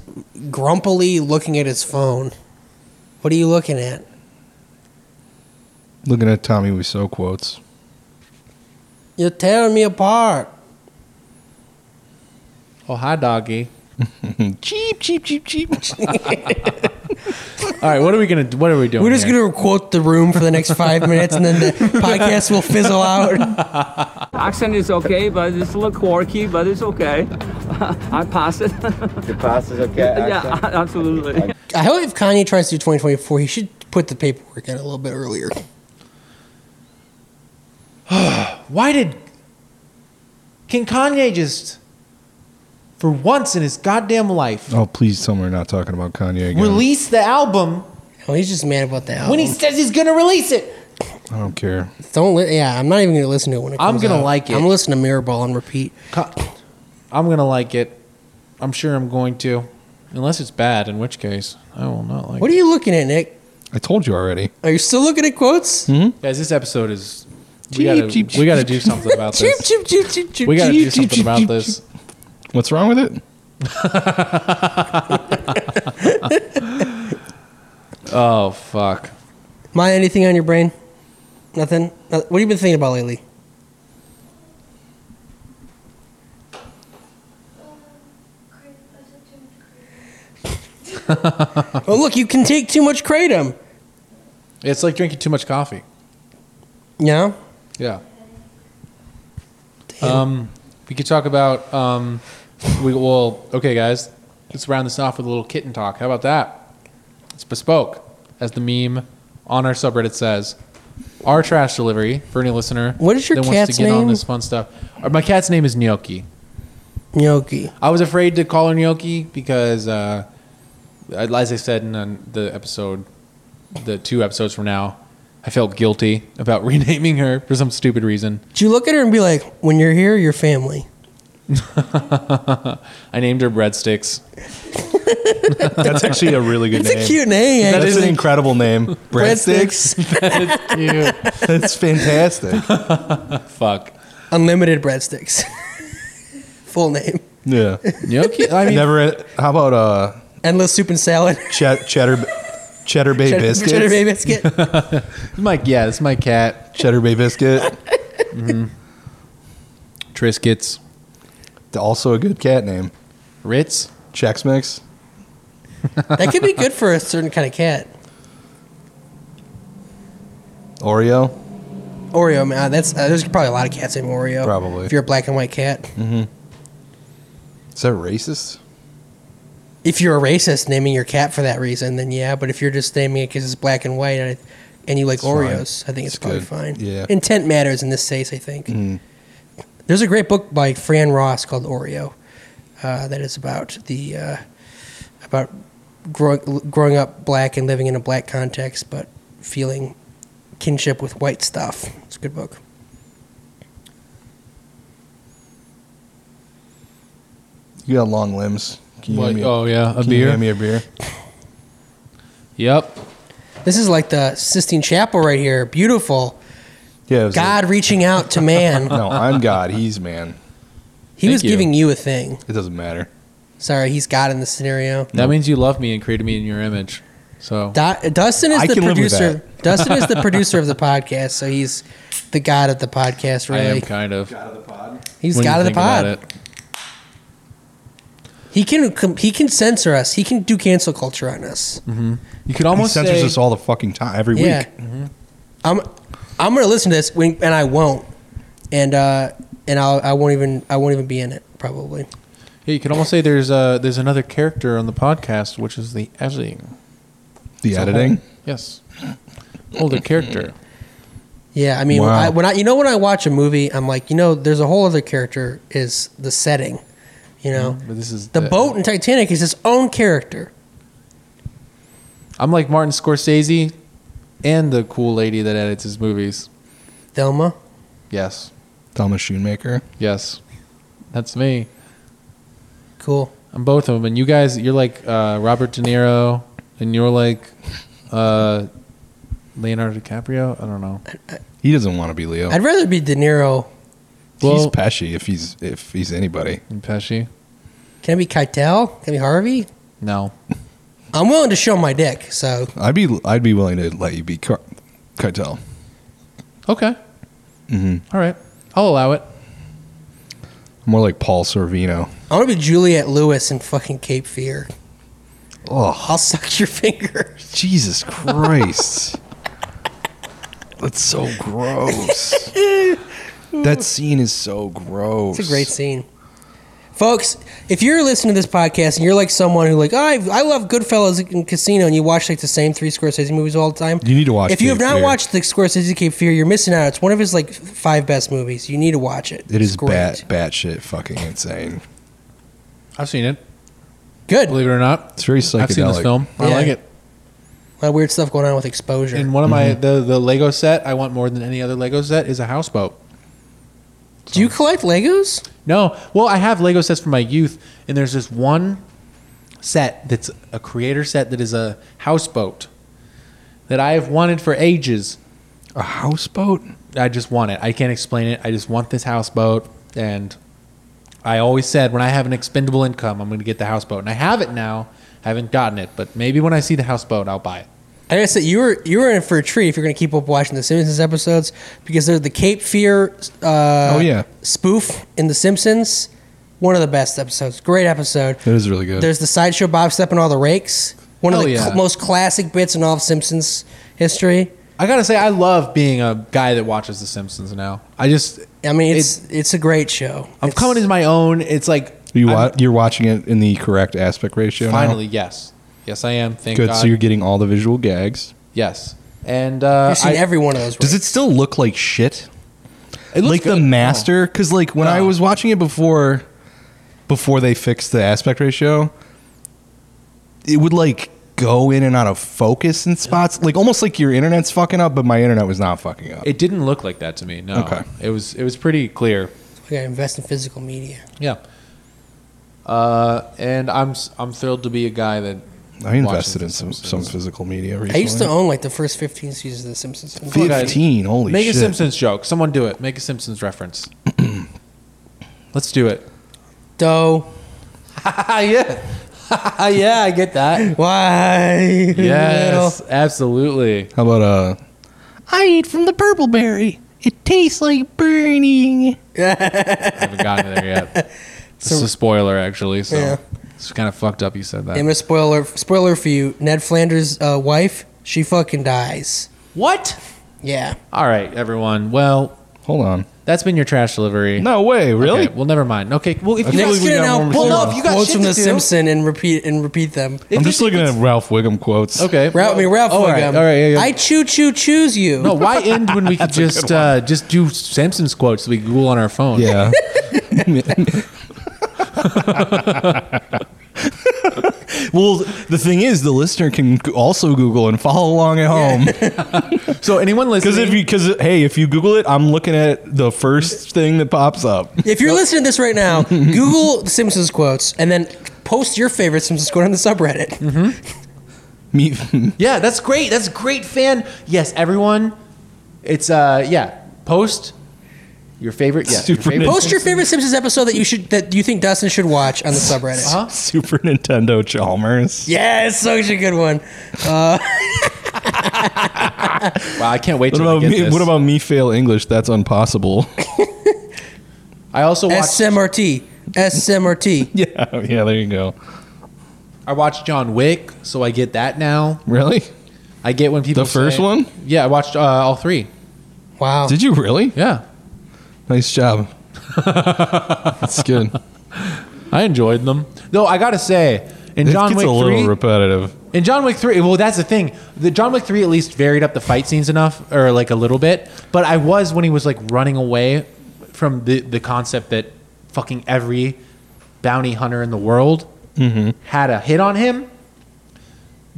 Speaker 1: grumpily looking at his phone. What are you looking at?
Speaker 3: Looking at Tommy Wiseau quotes.
Speaker 1: You're tearing me apart.
Speaker 2: Oh, hi, doggy.
Speaker 3: cheap, cheap, cheap, cheap.
Speaker 2: All right, what are we gonna? What are we doing?
Speaker 1: We're just
Speaker 2: here?
Speaker 1: gonna quote the room for the next five minutes, and then the podcast will fizzle out.
Speaker 9: Accent is okay, but it's a little quirky, but it's okay. I pass it. you pass it, okay? yeah, absolutely.
Speaker 1: I hope if Kanye tries to do 2024, he should put the paperwork in a little bit earlier.
Speaker 2: Why did? Can Kanye just, for once in his goddamn life,
Speaker 3: Oh, please tell me we're not talking about Kanye again.
Speaker 2: release the album
Speaker 1: Oh, he's just mad about that.
Speaker 2: when he says he's gonna release it?
Speaker 3: I don't care.
Speaker 1: Don't li- yeah, I'm not even gonna listen to it when it
Speaker 2: I'm
Speaker 1: comes
Speaker 2: gonna
Speaker 1: out.
Speaker 2: like it.
Speaker 1: I'm gonna listen to Mirrorball on repeat.
Speaker 2: Co- I'm gonna like it. I'm sure I'm going to, unless it's bad, in which case I will not like.
Speaker 1: What are you looking at, Nick?
Speaker 3: I told you already.
Speaker 1: Are you still looking at quotes?
Speaker 2: it. guys? This episode is. We
Speaker 3: Cheep,
Speaker 2: gotta,
Speaker 3: cheep,
Speaker 2: we
Speaker 3: cheep,
Speaker 2: gotta do something about
Speaker 1: Cheep,
Speaker 2: this.
Speaker 1: cheep, cheep, cheep, cheep,
Speaker 2: We gotta do
Speaker 1: cheep,
Speaker 2: something
Speaker 1: cheep,
Speaker 2: about
Speaker 1: cheep,
Speaker 2: this.
Speaker 3: What's wrong with it?
Speaker 2: Oh fuck.
Speaker 1: cheep. My anything on your brain? Nothing. No- What have you been thinking about lately? oh look, you can take too much kratom.
Speaker 2: It's like drinking too much coffee.
Speaker 1: No.
Speaker 2: Yeah. Um, we could talk about um, we well, okay, guys, let's round this off with a little kitten talk. How about that? It's bespoke, as the meme on our subreddit says. Our trash delivery for any listener.
Speaker 1: What is your
Speaker 2: that
Speaker 1: cat's
Speaker 2: wants to get on
Speaker 1: name?
Speaker 2: this fun stuff? Uh, My cat's name is Gnocchi.
Speaker 1: Gnocchi.
Speaker 2: I was afraid to call her Gnocchi because, uh, as I said in uh, the episode, the two episodes from now, I felt guilty about renaming her for some stupid reason.
Speaker 1: Do you look at her and be like, when you're here, you're family?
Speaker 2: I named her Breadsticks.
Speaker 3: That's actually a really good
Speaker 1: It's
Speaker 3: name.
Speaker 1: a cute name.
Speaker 2: That
Speaker 3: That's
Speaker 2: is
Speaker 3: an
Speaker 2: a-
Speaker 3: incredible name.
Speaker 1: Breadsticks.
Speaker 2: Cute.
Speaker 3: That's fantastic.
Speaker 2: Fuck.
Speaker 1: Unlimited breadsticks. Full name.
Speaker 3: Yeah.
Speaker 2: Gnocchi. I mean,
Speaker 3: Never. How about uh,
Speaker 1: Endless soup and salad.
Speaker 3: ch- cheddar, cheddar bay
Speaker 1: cheddar,
Speaker 3: biscuit?
Speaker 1: cheddar
Speaker 3: Cheddar
Speaker 1: bay
Speaker 3: bay.
Speaker 1: biscuit.
Speaker 2: my yeah, it's my cat.
Speaker 3: biscuit.
Speaker 2: Triscuits.
Speaker 3: Also a good cat name.
Speaker 2: Ritz.
Speaker 3: Chex Mix.
Speaker 1: that could be good for a certain kind of cat.
Speaker 3: Oreo.
Speaker 1: Oreo, man. That's uh, there's probably a lot of cats named Oreo.
Speaker 3: Probably. Mm-hmm.
Speaker 1: If you're a black and white cat.
Speaker 3: Is that racist?
Speaker 1: If you're a racist naming your cat for that reason, then yeah. But if you're just naming it because it's black and white and, and you like
Speaker 3: It's fine.
Speaker 1: Oreos, I think it's,
Speaker 3: It's
Speaker 1: probably
Speaker 3: good.
Speaker 1: fine.
Speaker 3: Yeah.
Speaker 1: Intent matters in this case, I think.
Speaker 3: Mm.
Speaker 1: There's a great book by Fran Ross called Oreo, uh, that is about the uh, about growing growing up black and living in a black context, but feeling kinship with white stuff. It's a good book.
Speaker 3: You got long limbs. Can you
Speaker 2: What-
Speaker 3: hand me,
Speaker 2: oh yeah, a
Speaker 1: uh,
Speaker 3: can you
Speaker 2: beer.
Speaker 3: hand me a beer?
Speaker 2: Yep.
Speaker 1: This is like the Sistine Chapel right here. Beautiful.
Speaker 3: Yeah.
Speaker 1: God reaching out to man.
Speaker 3: no, I'm God. He's man.
Speaker 1: He was giving you a thing.
Speaker 3: It doesn't matter.
Speaker 1: Sorry, he's God in the scenario.
Speaker 2: That means you love me and created me in your image. So
Speaker 1: Du- Dustin is
Speaker 2: I
Speaker 1: the
Speaker 2: can live with
Speaker 1: producer.
Speaker 2: that.
Speaker 1: Dustin is the producer of the podcast, so he's the god of the podcast.
Speaker 2: I
Speaker 1: Really,
Speaker 2: am kind of. God of the pod.
Speaker 1: He's God of the pod. He can com- he can censor us. He can do cancel culture on us.
Speaker 3: Mm-hmm.
Speaker 2: You could
Speaker 1: almost
Speaker 3: he censors
Speaker 1: say-
Speaker 3: us all the fucking time every
Speaker 1: yeah. Mm-hmm.
Speaker 3: week.
Speaker 1: I'm I'm gonna listen to this when, and I won't, and uh, and I'll, I won't even I won't even be in it probably.
Speaker 2: Yeah, you could almost say there's uh there's another character on the podcast, which is the editing.
Speaker 3: The
Speaker 2: It's a whole-
Speaker 3: editing?
Speaker 2: yes. Older character.
Speaker 1: Yeah, I mean,
Speaker 2: Wow.
Speaker 1: I, when I you know when I watch a movie, I'm like, you know, there's a whole other character is the setting, you know.
Speaker 2: But this is
Speaker 1: The boat in Titanic is its own character.
Speaker 2: I'm like Martin Scorsese, and the cool lady that edits his movies.
Speaker 1: Thelma.
Speaker 2: Yes.
Speaker 3: Thomas Schoonmaker.
Speaker 2: Yes. That's me.
Speaker 1: Cool.
Speaker 2: I'm both of them, and you guys, you're like uh, Robert De Niro, and you're like uh, Leonardo DiCaprio. I don't know.
Speaker 3: He doesn't want to be Leo.
Speaker 1: I'd rather be De Niro.
Speaker 3: he's Pesci if he's if he's anybody.
Speaker 2: Pesci.
Speaker 1: Can I be Keitel? Can I be Harvey?
Speaker 2: No.
Speaker 1: I'm willing to show my dick. So
Speaker 3: I'd be I'd be willing to let you be Car- Cartel.
Speaker 2: Okay.
Speaker 1: Mm-hmm.
Speaker 3: hmm
Speaker 2: All right. I'll allow it.
Speaker 3: More like Paul Sorvino.
Speaker 1: I want to be Juliet Lewis in fucking Cape Fear.
Speaker 3: Oh,
Speaker 1: I'll suck your finger.
Speaker 3: Jesus Christ! That's so gross. that scene is so gross.
Speaker 1: It's a great scene. Folks, if you're listening to this podcast and you're like someone who like, oh, I, I love Goodfellas and Casino, and you watch like the same three Scorsese movies all the time,
Speaker 3: You need to watch.
Speaker 1: if you have
Speaker 3: Cape
Speaker 1: not
Speaker 3: Fear.
Speaker 1: watched the Scorsese Cape Fear, you're missing out. It's one of his like five best movies. You need to watch it.
Speaker 3: it is
Speaker 1: It's great.
Speaker 3: bat batshit fucking insane.
Speaker 2: I've seen it.
Speaker 1: Good.
Speaker 2: Believe it or not.
Speaker 3: It's very psychedelic.
Speaker 2: I've seen this film. I
Speaker 1: Yeah.
Speaker 2: like it.
Speaker 1: A lot of weird stuff going on with exposure.
Speaker 2: And one of my the the Lego set I want more than any other Lego set is a houseboat.
Speaker 1: Do you collect Legos?
Speaker 2: No. Well, I have Lego sets from my youth, and there's this one set that's a creator set that is a houseboat that I have wanted for ages.
Speaker 3: A houseboat?
Speaker 2: I just want it. I can't explain it. I just want this houseboat, and I always said when I have an expendable income, I'm going to get the houseboat, and I have it now. I haven't gotten it, but maybe when I see the houseboat, I'll buy it.
Speaker 1: I gotta say, you were you were in for a treat if you're gonna keep up watching the Simpsons episodes because they're the Cape Fear. Uh,
Speaker 3: Oh, yeah.
Speaker 1: spoof in the Simpsons. One of the best episodes. Great episode.
Speaker 3: That is really good.
Speaker 1: There's the sideshow Bob stepping all the rakes. One of
Speaker 2: Hell
Speaker 1: the
Speaker 2: yeah.
Speaker 1: cl- most classic bits in all of Simpsons history.
Speaker 2: I gotta say, I love being a guy that watches The Simpsons now. I just,
Speaker 1: I mean, it's it's, a great show.
Speaker 2: I'm
Speaker 1: It's-
Speaker 2: coming into my own. It's like
Speaker 3: you wa- you're watching it in the correct aspect ratio. now?
Speaker 2: finally, yes, yes, I am. Thank
Speaker 3: good.
Speaker 2: God.
Speaker 3: So you're getting all the visual gags.
Speaker 2: yes, and uh,
Speaker 1: You've seen
Speaker 2: I-
Speaker 1: every one of those.
Speaker 3: Does it still look like shit?
Speaker 2: It looks
Speaker 3: like the
Speaker 2: good.
Speaker 3: master, because like when I was watching it before, before they fixed the aspect ratio, it would like go in and out of focus in spots, like almost like your internet's fucking up, but my internet was not fucking up.
Speaker 2: Oh, It didn't look like that to me. No,
Speaker 3: Okay.
Speaker 2: it was it was pretty clear.
Speaker 1: We gotta invest in physical media.
Speaker 2: Yeah, uh, and I'm s- I'm thrilled to be a guy that
Speaker 3: I
Speaker 2: watches
Speaker 3: invested
Speaker 2: The
Speaker 3: in some,
Speaker 2: Simpsons.
Speaker 3: some physical media
Speaker 1: I
Speaker 3: recently.
Speaker 1: used to own like the first 15 seasons of The Simpsons.
Speaker 2: Come on, guys.
Speaker 3: fifteen. Holy
Speaker 2: Make
Speaker 3: shit!
Speaker 2: a Simpsons joke. Someone do it. Make a Simpsons reference. Let's do it.
Speaker 1: Doe.
Speaker 2: yeah. yeah, I get that.
Speaker 1: Why?
Speaker 2: Yes, absolutely.
Speaker 3: How about uh? I eat from the purple berry. It tastes like burning.
Speaker 2: I haven't gotten there yet. This is a spoiler, actually. So
Speaker 1: Yeah.
Speaker 2: it's kind of fucked up. You said that.
Speaker 1: Damn it, spoiler spoiler for you. Ned Flanders' uh, wife, she fucking dies.
Speaker 2: What?
Speaker 1: Yeah.
Speaker 2: All right, everyone. Well,
Speaker 3: Hold on.
Speaker 2: that's been your trash delivery.
Speaker 3: No way. Really?
Speaker 2: Okay, well, never mind. Okay. Well, if you
Speaker 1: Nick's
Speaker 2: guys,
Speaker 1: gonna
Speaker 3: got
Speaker 1: now
Speaker 3: more
Speaker 1: pull
Speaker 3: material.
Speaker 1: up
Speaker 3: Well, if you
Speaker 2: got
Speaker 1: quotes
Speaker 2: shit
Speaker 1: from
Speaker 2: to
Speaker 1: The
Speaker 2: do-
Speaker 1: Simpson and repeat and repeat them.
Speaker 3: I'm just looking at Ralph Wiggum quotes.
Speaker 2: okay.
Speaker 1: Route me, Ralph.
Speaker 2: All right.
Speaker 1: Wiggum.
Speaker 2: All right. Yeah, yeah.
Speaker 1: I choo choo choose you.
Speaker 2: no, why end when we could just uh, just do Simpsons quotes that we Google on our phone?
Speaker 3: Yeah. well, the thing is, the listener can g- also Google and follow along at home.
Speaker 2: So anyone listening,
Speaker 3: Because if you, because hey, if you Google it, I'm looking at the first thing that pops up.
Speaker 1: If you're listening to this right now, Google The Simpsons quotes and then post your favorite Simpsons quote on the subreddit.
Speaker 3: Meat.
Speaker 2: yeah, that's great. That's great fan. Yes, everyone. It's uh yeah. Post your favorite. Yeah, your
Speaker 3: Super
Speaker 2: favorite-
Speaker 1: Post your favorite Simpsons episode that you should that you think Dustin should watch on the subreddit.
Speaker 3: Super Nintendo Chalmers.
Speaker 1: Yeah, it's such a good one. Uh,
Speaker 2: Wow, I can't wait
Speaker 3: What
Speaker 2: till
Speaker 3: about
Speaker 2: we get
Speaker 3: me?
Speaker 2: this.
Speaker 3: What about me? Fail English? That's impossible.
Speaker 2: I also watched.
Speaker 1: SMRT. SMRT.
Speaker 3: yeah, Oh, yeah. There you go.
Speaker 2: I watched John Wick, so I get that now.
Speaker 3: Really?
Speaker 2: I get when people
Speaker 3: The first
Speaker 2: say-
Speaker 3: one?
Speaker 2: Yeah, I watched uh, all three.
Speaker 1: Wow.
Speaker 3: Did you really?
Speaker 2: Yeah,
Speaker 3: Nice job. That's good.
Speaker 2: I enjoyed them. No, I gotta say, in
Speaker 3: It
Speaker 2: John
Speaker 3: gets
Speaker 2: Wick
Speaker 3: a little
Speaker 2: three,
Speaker 3: repetitive.
Speaker 2: in John Wick three, well, that's the thing. The John Wick three at least varied up the fight scenes enough, or like a little bit. But I was when he was like running away from the the concept that fucking every bounty hunter in the world
Speaker 3: Mm-hmm.
Speaker 2: had a hit on him.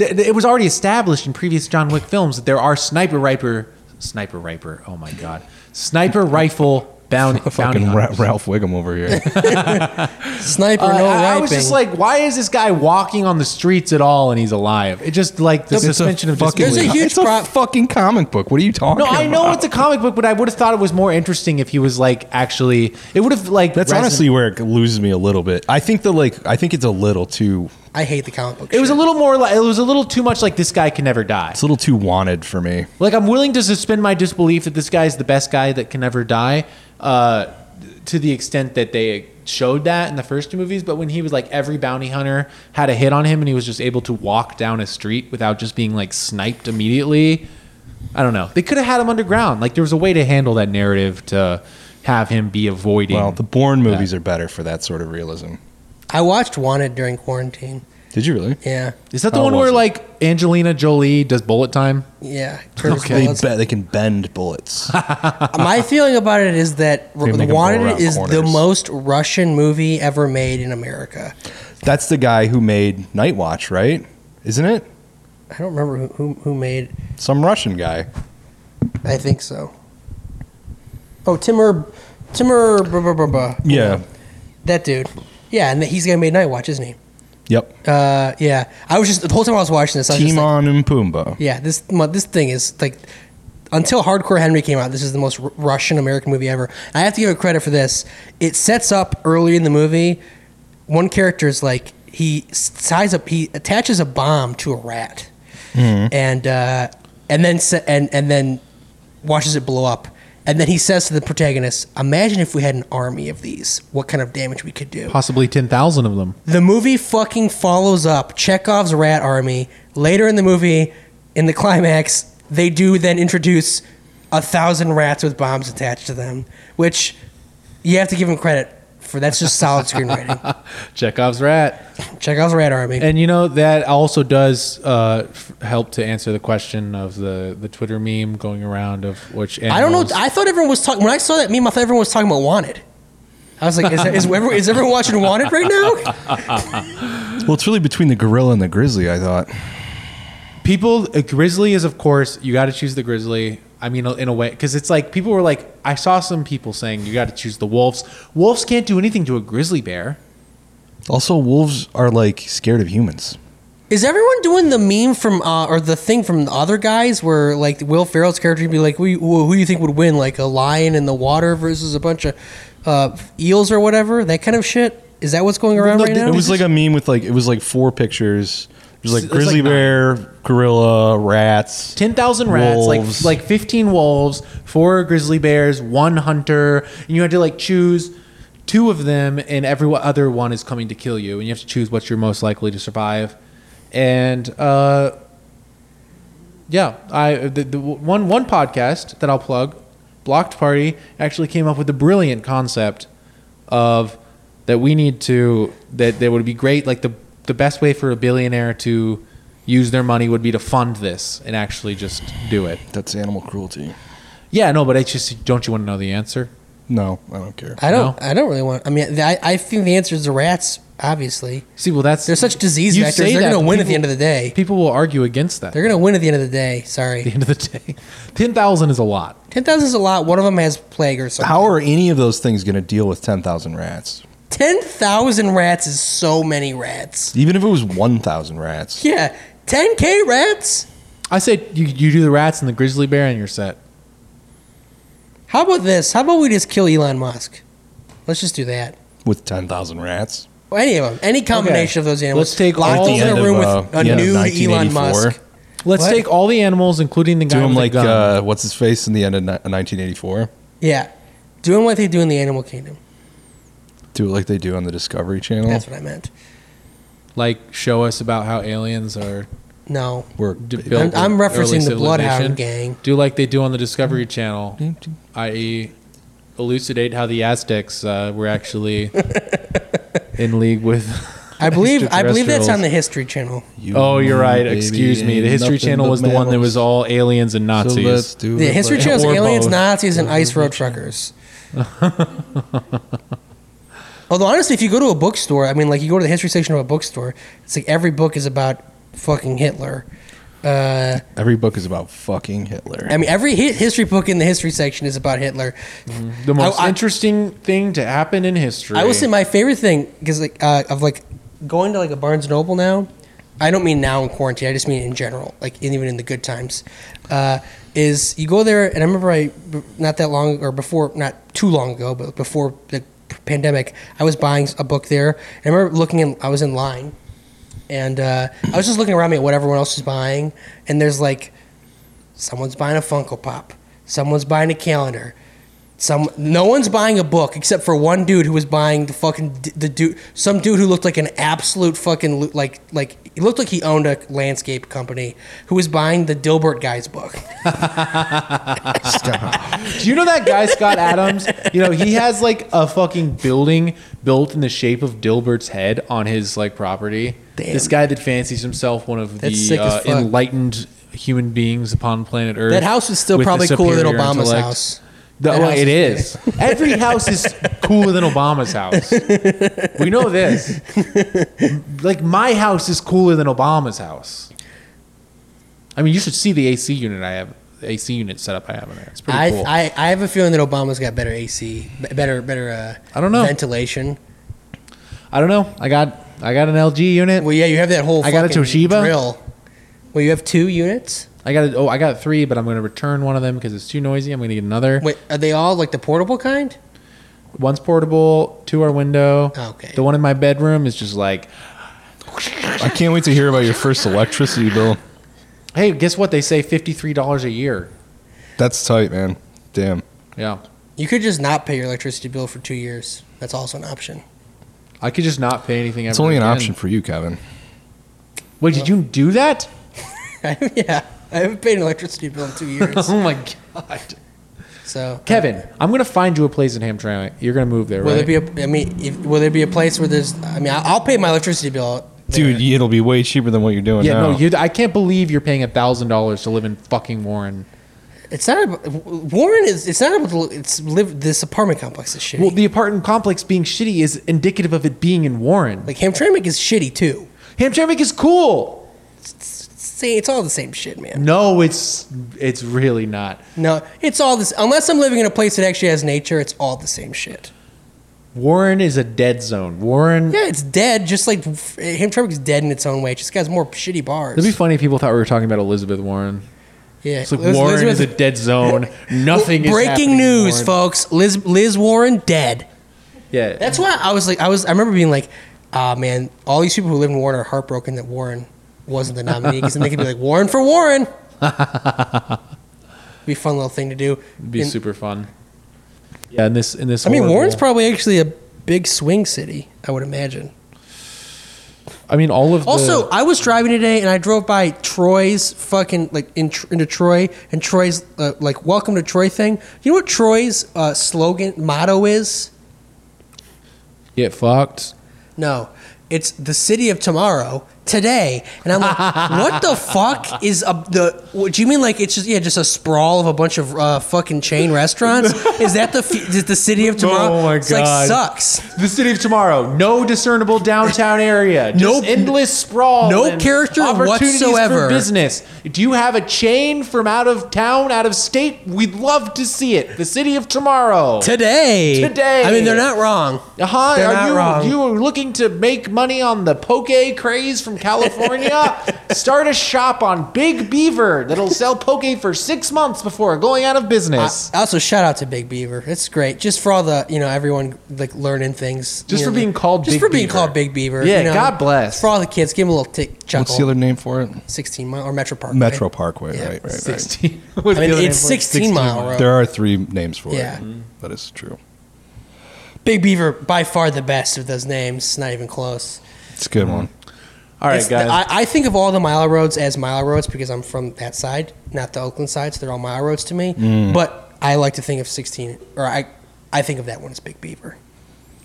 Speaker 2: Th- th- It was already established in previous John Wick films that there are sniper riper, sniper riper. Oh my god, sniper rifle bounty. bounty
Speaker 3: Fucking Ra-
Speaker 2: hunters.
Speaker 3: Ralph Wiggum over here.
Speaker 1: Sniper,
Speaker 2: Uh,
Speaker 1: no
Speaker 2: I, I was
Speaker 1: riping.
Speaker 2: just like, why is this guy walking on the streets at all and he's alive? It just like the
Speaker 3: It's a
Speaker 2: suspension of
Speaker 3: fucking-
Speaker 2: disbelief.
Speaker 1: There's a huge
Speaker 3: it's a
Speaker 1: pro-
Speaker 3: fucking comic book. What are you talking?
Speaker 2: No, I know
Speaker 3: about?
Speaker 2: it's a comic book, but I would have thought it was more interesting if he was like actually. It would have like
Speaker 3: That's
Speaker 2: reson-
Speaker 3: honestly where it loses me a little bit. I think the like. I think it's a little too.
Speaker 1: I hate the comic book.
Speaker 2: It was a
Speaker 1: shit.
Speaker 2: little more. like It was a little too much. Like this guy can never die.
Speaker 3: It's a little too wanted for me.
Speaker 2: Like I'm willing to suspend my disbelief that this guy is the best guy that can ever die, uh, to the extent that they showed that in the first two movies. But when he was like every bounty hunter had a hit on him and he was just able to walk down a street without just being like sniped immediately, I don't know. They could have had him underground. Like there was a way to handle that narrative to have him be avoiding.
Speaker 3: Well, the Bourne movies are better for that sort of realism.
Speaker 1: I watched Wanted during quarantine.
Speaker 3: Did you really?
Speaker 1: Yeah,
Speaker 2: is that the
Speaker 3: How
Speaker 2: one
Speaker 3: was
Speaker 2: where
Speaker 3: it?
Speaker 2: like Angelina Jolie does bullet time?
Speaker 1: yeah. Turtles
Speaker 3: Okay. They,
Speaker 1: bullets.
Speaker 3: be- they can bend bullets.
Speaker 1: My feeling about it is that
Speaker 3: They make 'em go
Speaker 1: Wanted
Speaker 3: around
Speaker 1: is the
Speaker 3: corners.
Speaker 1: most Russian movie ever made in America.
Speaker 3: That's the guy who made Night Watch, right? Isn't it?
Speaker 1: I don't remember who who, who made.
Speaker 3: Some Russian guy.
Speaker 1: I think so. Oh, Timur, Timur, blah, blah, blah, blah.
Speaker 3: Yeah.
Speaker 1: that dude. Yeah, and he's gonna make Night Watch, isn't he?
Speaker 3: Yep.
Speaker 1: Uh, yeah. I was just the whole time I was watching this. I was just like,
Speaker 3: Timon and Pumbaa.
Speaker 1: yeah, this mo- this thing is like until Hardcore Henry came out, this is the most R- Russian American movie ever. And I have to give it credit for this. It sets up early in the movie. One character is like he s- ties up, he attaches a bomb to a rat, and uh, and then se- and and then watches it blow up. And then he says to the protagonist, "Imagine if we had an army of these. What kind of damage we could do."
Speaker 2: Possibly ten thousand of them.
Speaker 1: The movie fucking follows up Chekhov's Rat Army. Later in the movie, in the climax, they do then introduce a thousand rats with bombs attached to them, which you have to give him credit for. That's just solid screenwriting.
Speaker 2: Chekhov's rat.
Speaker 1: Chekhov's Rat Army.
Speaker 2: And you know that also does uh, f- help to answer the question of the, the Twitter meme going around of which
Speaker 1: I don't know.
Speaker 2: animals-
Speaker 1: I thought everyone was talking. When I saw that meme, I thought everyone was talking about Wanted. I was like, is, is, everyone, is everyone watching Wanted right now?
Speaker 3: Well, it's really between the gorilla and the grizzly, I thought.
Speaker 2: people a grizzly is of course you got to choose the grizzly. I mean in a way because it's like people were like I saw some people saying you got to choose the wolves. Wolves can't do anything to a grizzly bear.
Speaker 3: Also, wolves are like scared of humans.
Speaker 1: Is everyone doing the meme from uh, or the thing from the other guys where like Will Ferrell's character would be like, who, who do you think would win, like a lion in the water versus a bunch of uh, eels or whatever, that kind of shit? Is that what's going around
Speaker 2: No,
Speaker 1: right
Speaker 2: they-
Speaker 1: now?
Speaker 3: It was like a meme with like it was like four pictures. It was like
Speaker 2: It's like
Speaker 3: grizzly
Speaker 2: nine.
Speaker 3: bear, gorilla, rats.
Speaker 2: Ten thousand rats,
Speaker 3: Wolves.
Speaker 2: like like fifteen wolves, four grizzly bears, one hunter, and you had to like choose two of them, and every o- other one is coming to kill you, and you have to choose what you're most likely to survive. And uh, yeah, I the, the one one podcast that I'll plug, Blocked Party, actually came up with a brilliant concept of that we need to that that would be great. Like the the best way for a billionaire to use their money would be to fund this and actually just do it.
Speaker 3: That's animal cruelty.
Speaker 2: Yeah, no, but it's just don't you want to know the answer?
Speaker 3: No, I don't care.
Speaker 1: I don't. I don't really want. I mean, I, I think the answer is the rats. Obviously,
Speaker 2: See, well, that's
Speaker 1: they're such disease
Speaker 2: You
Speaker 1: vectors.
Speaker 2: say
Speaker 1: They're
Speaker 2: that,
Speaker 1: going to
Speaker 2: but
Speaker 1: win at the
Speaker 2: people-
Speaker 1: end of the day.
Speaker 2: People will argue against that.
Speaker 1: They're going to win at the end of the day.
Speaker 2: at the
Speaker 1: Sorry,
Speaker 2: end of the day, ten thousand is a lot.
Speaker 1: ten thousand is a lot. One of them has plague or something.
Speaker 3: How are any of those things going to deal with ten thousand rats?
Speaker 1: Ten thousand rats is so many rats.
Speaker 3: Even if it was one thousand rats,
Speaker 1: Yeah, 10K rats?
Speaker 2: I said you, you do the rats and the grizzly bear and you're set.
Speaker 1: How about this? How about we just kill Elon Musk? Let's just do that.
Speaker 3: with ten thousand rats.
Speaker 1: Or any of them. Any combination of those animals.
Speaker 2: Let's take
Speaker 1: Lock
Speaker 2: all-
Speaker 1: those
Speaker 2: At the
Speaker 1: in a
Speaker 2: end
Speaker 1: room
Speaker 3: of,
Speaker 1: with
Speaker 3: uh,
Speaker 1: a
Speaker 3: the end of
Speaker 1: nude Elon
Speaker 3: 1984.
Speaker 1: Musk.
Speaker 2: Let's
Speaker 1: What?
Speaker 2: take all the animals, including the guy
Speaker 3: Do him
Speaker 2: with
Speaker 3: like
Speaker 2: the gun.
Speaker 3: uh, what's his face in the end of ni- 1984.
Speaker 1: Yeah. Doing what they do in the animal kingdom.
Speaker 3: Do it like they do on the Discovery Channel.
Speaker 1: That's what I meant.
Speaker 2: like show us about how aliens are
Speaker 1: No.
Speaker 3: We're
Speaker 2: d-
Speaker 1: I'm-
Speaker 2: built
Speaker 1: I'm
Speaker 2: with
Speaker 1: referencing
Speaker 2: early
Speaker 1: the Bloodhound
Speaker 2: civilization.
Speaker 1: Gang.
Speaker 2: Do like they do on the Discovery Channel, i.e., elucidate how the Aztecs uh, were actually in league with.
Speaker 1: I believe I believe that's on the
Speaker 2: extraterrestrials.
Speaker 1: History Channel.
Speaker 2: oh, you're right.
Speaker 3: baby,
Speaker 2: Excuse me. The
Speaker 3: ain't
Speaker 2: History
Speaker 3: nothing
Speaker 2: Channel
Speaker 3: but
Speaker 2: was the one that
Speaker 3: mammals.
Speaker 2: was all aliens and Nazis.
Speaker 3: let's do
Speaker 1: The History
Speaker 2: like-
Speaker 1: Channel's
Speaker 2: or
Speaker 1: aliens,
Speaker 2: both.
Speaker 1: Nazis, and ice road truckers. Although honestly, if you go to a bookstore, I mean, like you go to the history section of a bookstore, it's like every book is about fucking Hitler. Uh,
Speaker 3: Every book is about fucking Hitler.
Speaker 1: I mean, every hi- history book in the history section is about Hitler.
Speaker 2: The most
Speaker 1: I- I-
Speaker 2: interesting thing to happen in history.
Speaker 1: I will say my favorite thing because like uh, of like going to like a Barnes and Noble now. I don't mean now in quarantine. I just mean in general, like in- even in the good times. Uh, is you go there and I remember I b- not that long or before not too long ago, but before the p- pandemic, I was buying a book there. And I remember looking in. I was in line, and uh, I was just looking around me at what everyone else was buying. And there's like, someone's buying a Funko Pop. Someone's buying a calendar. Some no one's buying a book except for one dude who was buying the fucking d- the dude some dude who looked like an absolute fucking lo- like like he looked like he owned a landscape company who was buying the Dilbert guy's book.
Speaker 2: Do you know that guy Scott Adams? You know he has like a fucking building built in the shape of Dilbert's head on his like property. This guy that fancies himself one of
Speaker 1: That's
Speaker 2: the
Speaker 1: sick as
Speaker 2: uh,
Speaker 1: fuck.
Speaker 2: enlightened human beings upon planet Earth.
Speaker 1: That house is still
Speaker 2: with a
Speaker 1: probably cooler than
Speaker 2: superior
Speaker 1: Obama's
Speaker 2: intellect.
Speaker 1: house.
Speaker 2: The-
Speaker 1: That
Speaker 2: well,
Speaker 1: house
Speaker 2: it
Speaker 1: is-
Speaker 2: is. Every house is cooler than Obama's house. We know this. Like my house is cooler than Obama's house. I mean, you should see the AC unit I have. The AC unit setup I have in there. It's pretty
Speaker 1: I,
Speaker 2: cool.
Speaker 1: I I have a feeling that Obama's got better AC, b- better better uh,
Speaker 2: I don't know.
Speaker 1: ventilation.
Speaker 2: I don't know. I got I got an LG unit.
Speaker 1: Well, yeah, you have that whole
Speaker 2: I got a
Speaker 1: fucking
Speaker 2: Toshiba.
Speaker 1: drill. Well, you have two units.
Speaker 2: I got a, oh I got three, but I'm going to return one of them because it's too noisy. I'm going to get another.
Speaker 1: Wait, are they all like the portable kind?
Speaker 2: One's portable, two are window.
Speaker 1: Okay.
Speaker 2: The one in my bedroom is just like,
Speaker 3: I can't wait to hear about your first electricity bill.
Speaker 2: hey, guess what? They say fifty three dollars a year.
Speaker 3: That's tight, man. Damn.
Speaker 2: Yeah.
Speaker 1: You could just not pay your electricity bill for two years. That's also an option.
Speaker 2: I could just not pay anything.
Speaker 3: It's
Speaker 2: ever
Speaker 3: only an
Speaker 2: again.
Speaker 3: option for you, Kevin.
Speaker 2: Wait, did you do that?
Speaker 1: yeah, I haven't paid an electricity bill in two years.
Speaker 2: oh my god,
Speaker 1: So,
Speaker 2: Kevin, I'm gonna find you a place in Hamtramck. You're gonna move there,
Speaker 1: will
Speaker 2: right?
Speaker 1: there be a? I mean, if, will there be a place where there's? I mean, I- I'll pay my electricity bill.
Speaker 3: Dude, it'll be way cheaper than what you're doing
Speaker 2: yeah,
Speaker 3: now.
Speaker 2: Oh, no, you, I can't believe you're paying thousand dollars to live in fucking Warren.
Speaker 1: It's not. About, Warren is. It's not about. the- It's live. This apartment complex is shitty.
Speaker 2: Well, the apartment complex being shitty is indicative of it being in Warren.
Speaker 1: like Hamtramck is shitty too.
Speaker 2: Hamtramck is cool.
Speaker 1: See, it's all the same shit, man.
Speaker 2: No, it's it's really not.
Speaker 1: No, it's all this. Unless I'm living in a place that actually has nature, it's all the same shit.
Speaker 2: Warren is a dead zone. Warren.
Speaker 1: Yeah, it's dead. Just like Hamtramck is dead in its own way. It just got more shitty bars.
Speaker 2: It'd be funny if people thought we were talking about Elizabeth Warren.
Speaker 1: yeah,
Speaker 2: It's like
Speaker 1: Liz-
Speaker 2: Warren
Speaker 1: Elizabeth-
Speaker 2: is a dead zone. Nothing is happening
Speaker 1: breaking
Speaker 2: in
Speaker 1: news,
Speaker 2: Warren.
Speaker 1: folks. Liz Liz Warren dead.
Speaker 2: Yeah,
Speaker 1: That's why I was like, I was, I remember being like, ah, man, all these people who live in Warren are heartbroken that Warren wasn't the nominee because then they could be like, Warren for Warren. be a fun little thing to do.
Speaker 2: It'd be
Speaker 1: And-
Speaker 2: super fun. Yeah, in this in this.
Speaker 1: I mean,
Speaker 2: horrible-
Speaker 1: Warren's probably actually a big swing city, I would imagine.
Speaker 2: I mean, all of
Speaker 1: Also,
Speaker 2: the,
Speaker 1: I was driving today and I drove by Troy's fucking like in, into Troy and Troy's uh, like welcome to Troy thing. You know what Troy's uh, slogan motto is?
Speaker 2: get fucked.
Speaker 1: No, it's the city of tomorrow today. And I'm like, what the fuck is a, the? What, do you mean like it's just yeah, just a sprawl of a bunch of uh, fucking chain restaurants? is that the f- is the city of tomorrow?
Speaker 2: Oh my
Speaker 1: it's
Speaker 2: God.
Speaker 1: like sucks.
Speaker 2: The city of tomorrow, no discernible downtown area, just
Speaker 1: No-
Speaker 2: endless sprawl,
Speaker 1: no
Speaker 2: and
Speaker 1: character
Speaker 2: opportunities
Speaker 1: whatsoever.
Speaker 2: for business. Do you have a chain from out of town, out of state? We'd love to see it. The city of tomorrow.
Speaker 1: Today,
Speaker 2: Today.
Speaker 1: I mean, they're not wrong.
Speaker 2: Uh-huh.
Speaker 1: They're
Speaker 2: Are
Speaker 1: not
Speaker 2: you
Speaker 1: wrong.
Speaker 2: you are looking to make money on the poke craze from from California start a shop on Big Beaver that'll sell poke for six months before going out of business.
Speaker 1: I- also, shout out to Big Beaver. It's great just for all the you know everyone like learning things.
Speaker 2: Just
Speaker 1: you
Speaker 2: for
Speaker 1: know,
Speaker 2: being called
Speaker 1: just
Speaker 2: Big
Speaker 1: for being
Speaker 2: Beaver.
Speaker 1: called Big Beaver.
Speaker 2: Yeah,
Speaker 1: you know,
Speaker 2: God bless.
Speaker 1: for all the kids. Give them a little tick chuckle.
Speaker 3: What's the other name for it?
Speaker 1: Sixteen mile or Metro Park.
Speaker 3: Metro Parkway,
Speaker 1: Yeah.
Speaker 3: right, right, right.
Speaker 1: 16. What's I mean, the other it's name for it? 16 mile road.
Speaker 3: There are three names for
Speaker 1: Yeah.
Speaker 3: it. Mm-hmm. That is true.
Speaker 1: Big Beaver by far the best of those names. Not even close.
Speaker 3: It's a good one.
Speaker 2: All right,
Speaker 1: It's-
Speaker 2: guys.
Speaker 1: I, I think of all the mile roads as mile roads because I'm from that side, not the Oakland side, so they're all mile roads to me.
Speaker 2: Mm.
Speaker 1: But I like to think of 16, or I, I think of that one as Big Beaver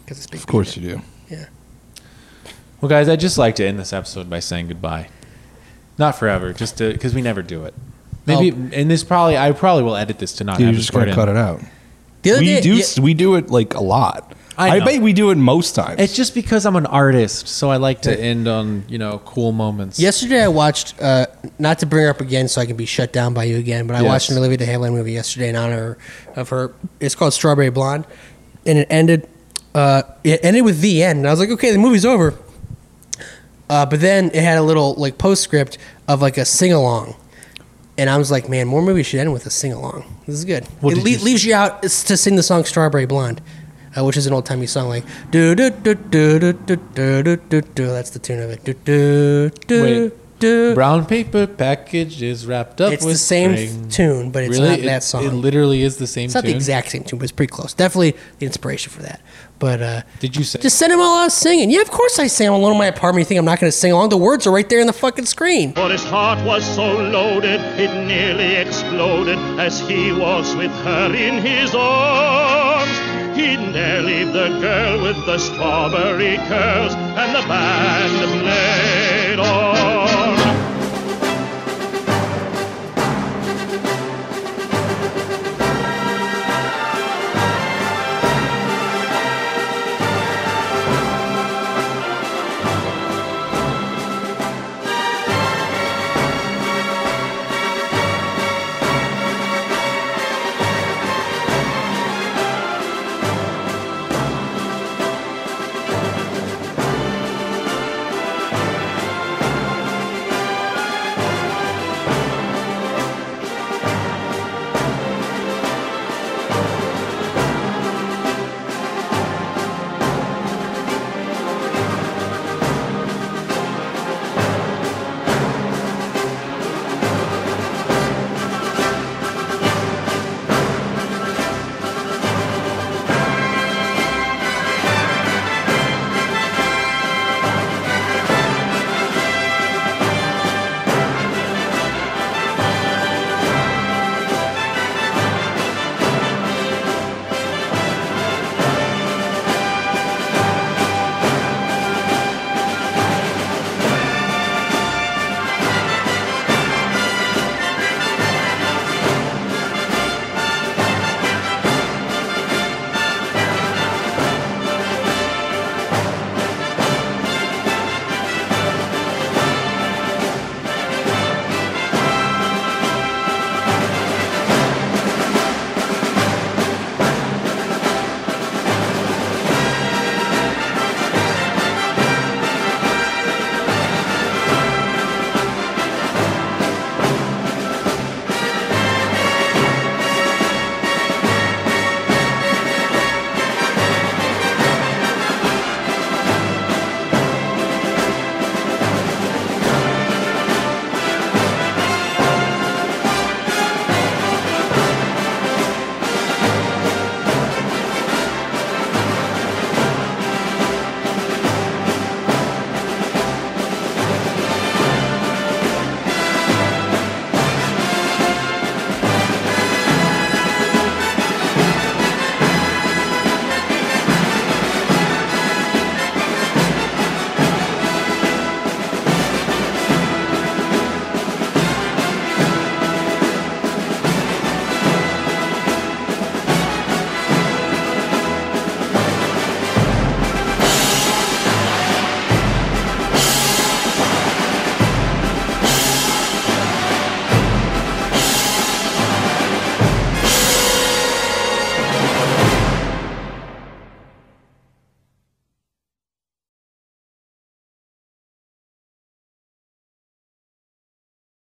Speaker 1: because it's Big.
Speaker 3: Of course you do.
Speaker 1: Yeah.
Speaker 2: Well, guys, I'd just like to end this episode by saying goodbye. Not forever, just because we never do it. Maybe, and this probably, I probably will edit this to not.
Speaker 3: Dude,
Speaker 2: have
Speaker 3: you're
Speaker 2: this
Speaker 3: just gonna
Speaker 2: part in.
Speaker 3: cut it out.
Speaker 1: The other
Speaker 3: we
Speaker 1: day-
Speaker 3: do
Speaker 1: yeah.
Speaker 3: we do it like a lot.
Speaker 2: I
Speaker 3: I,
Speaker 2: know.
Speaker 3: bet we do it most times.
Speaker 2: It's just because I'm an artist, so I like to end on you know cool moments.
Speaker 1: Yesterday I watched, uh, not to bring her up again so I can be shut down by you again, but I
Speaker 2: Yes.
Speaker 1: watched an Olivia de Havilland movie yesterday in honor of her. It's called Strawberry Blonde, and it ended, uh, it ended with the end. And I was like, okay, the movie's over. Uh, but then it had a little like postscript of like a sing along, and I was like, man, more movies should end with a sing along. This is good.
Speaker 2: What
Speaker 1: it
Speaker 2: did
Speaker 1: le-
Speaker 2: you s-
Speaker 1: leaves you out is to sing the song Strawberry Blonde. Uh, which is an old timey song like do do do do do do do do do do that's the tune of it do do do
Speaker 2: Wait.
Speaker 1: do
Speaker 2: Brown paper package is wrapped up
Speaker 1: It's
Speaker 2: with
Speaker 1: the same
Speaker 2: string.
Speaker 1: tune, but it's
Speaker 2: Really?
Speaker 1: not
Speaker 2: It-
Speaker 1: that song.
Speaker 2: It literally is the same
Speaker 1: It's
Speaker 2: tune.
Speaker 1: not the exact same tune, but it's pretty close. Definitely the inspiration for that. But uh,
Speaker 2: Did you say?
Speaker 1: just send them all out singing. Yeah, of course I sing I'm alone in my apartment. You think I'm not going to sing along? The words are right there in the fucking screen.
Speaker 12: For his heart was so loaded, it nearly exploded as he was with her in his arms. He nearly the girl with the strawberry curls, and the band played on.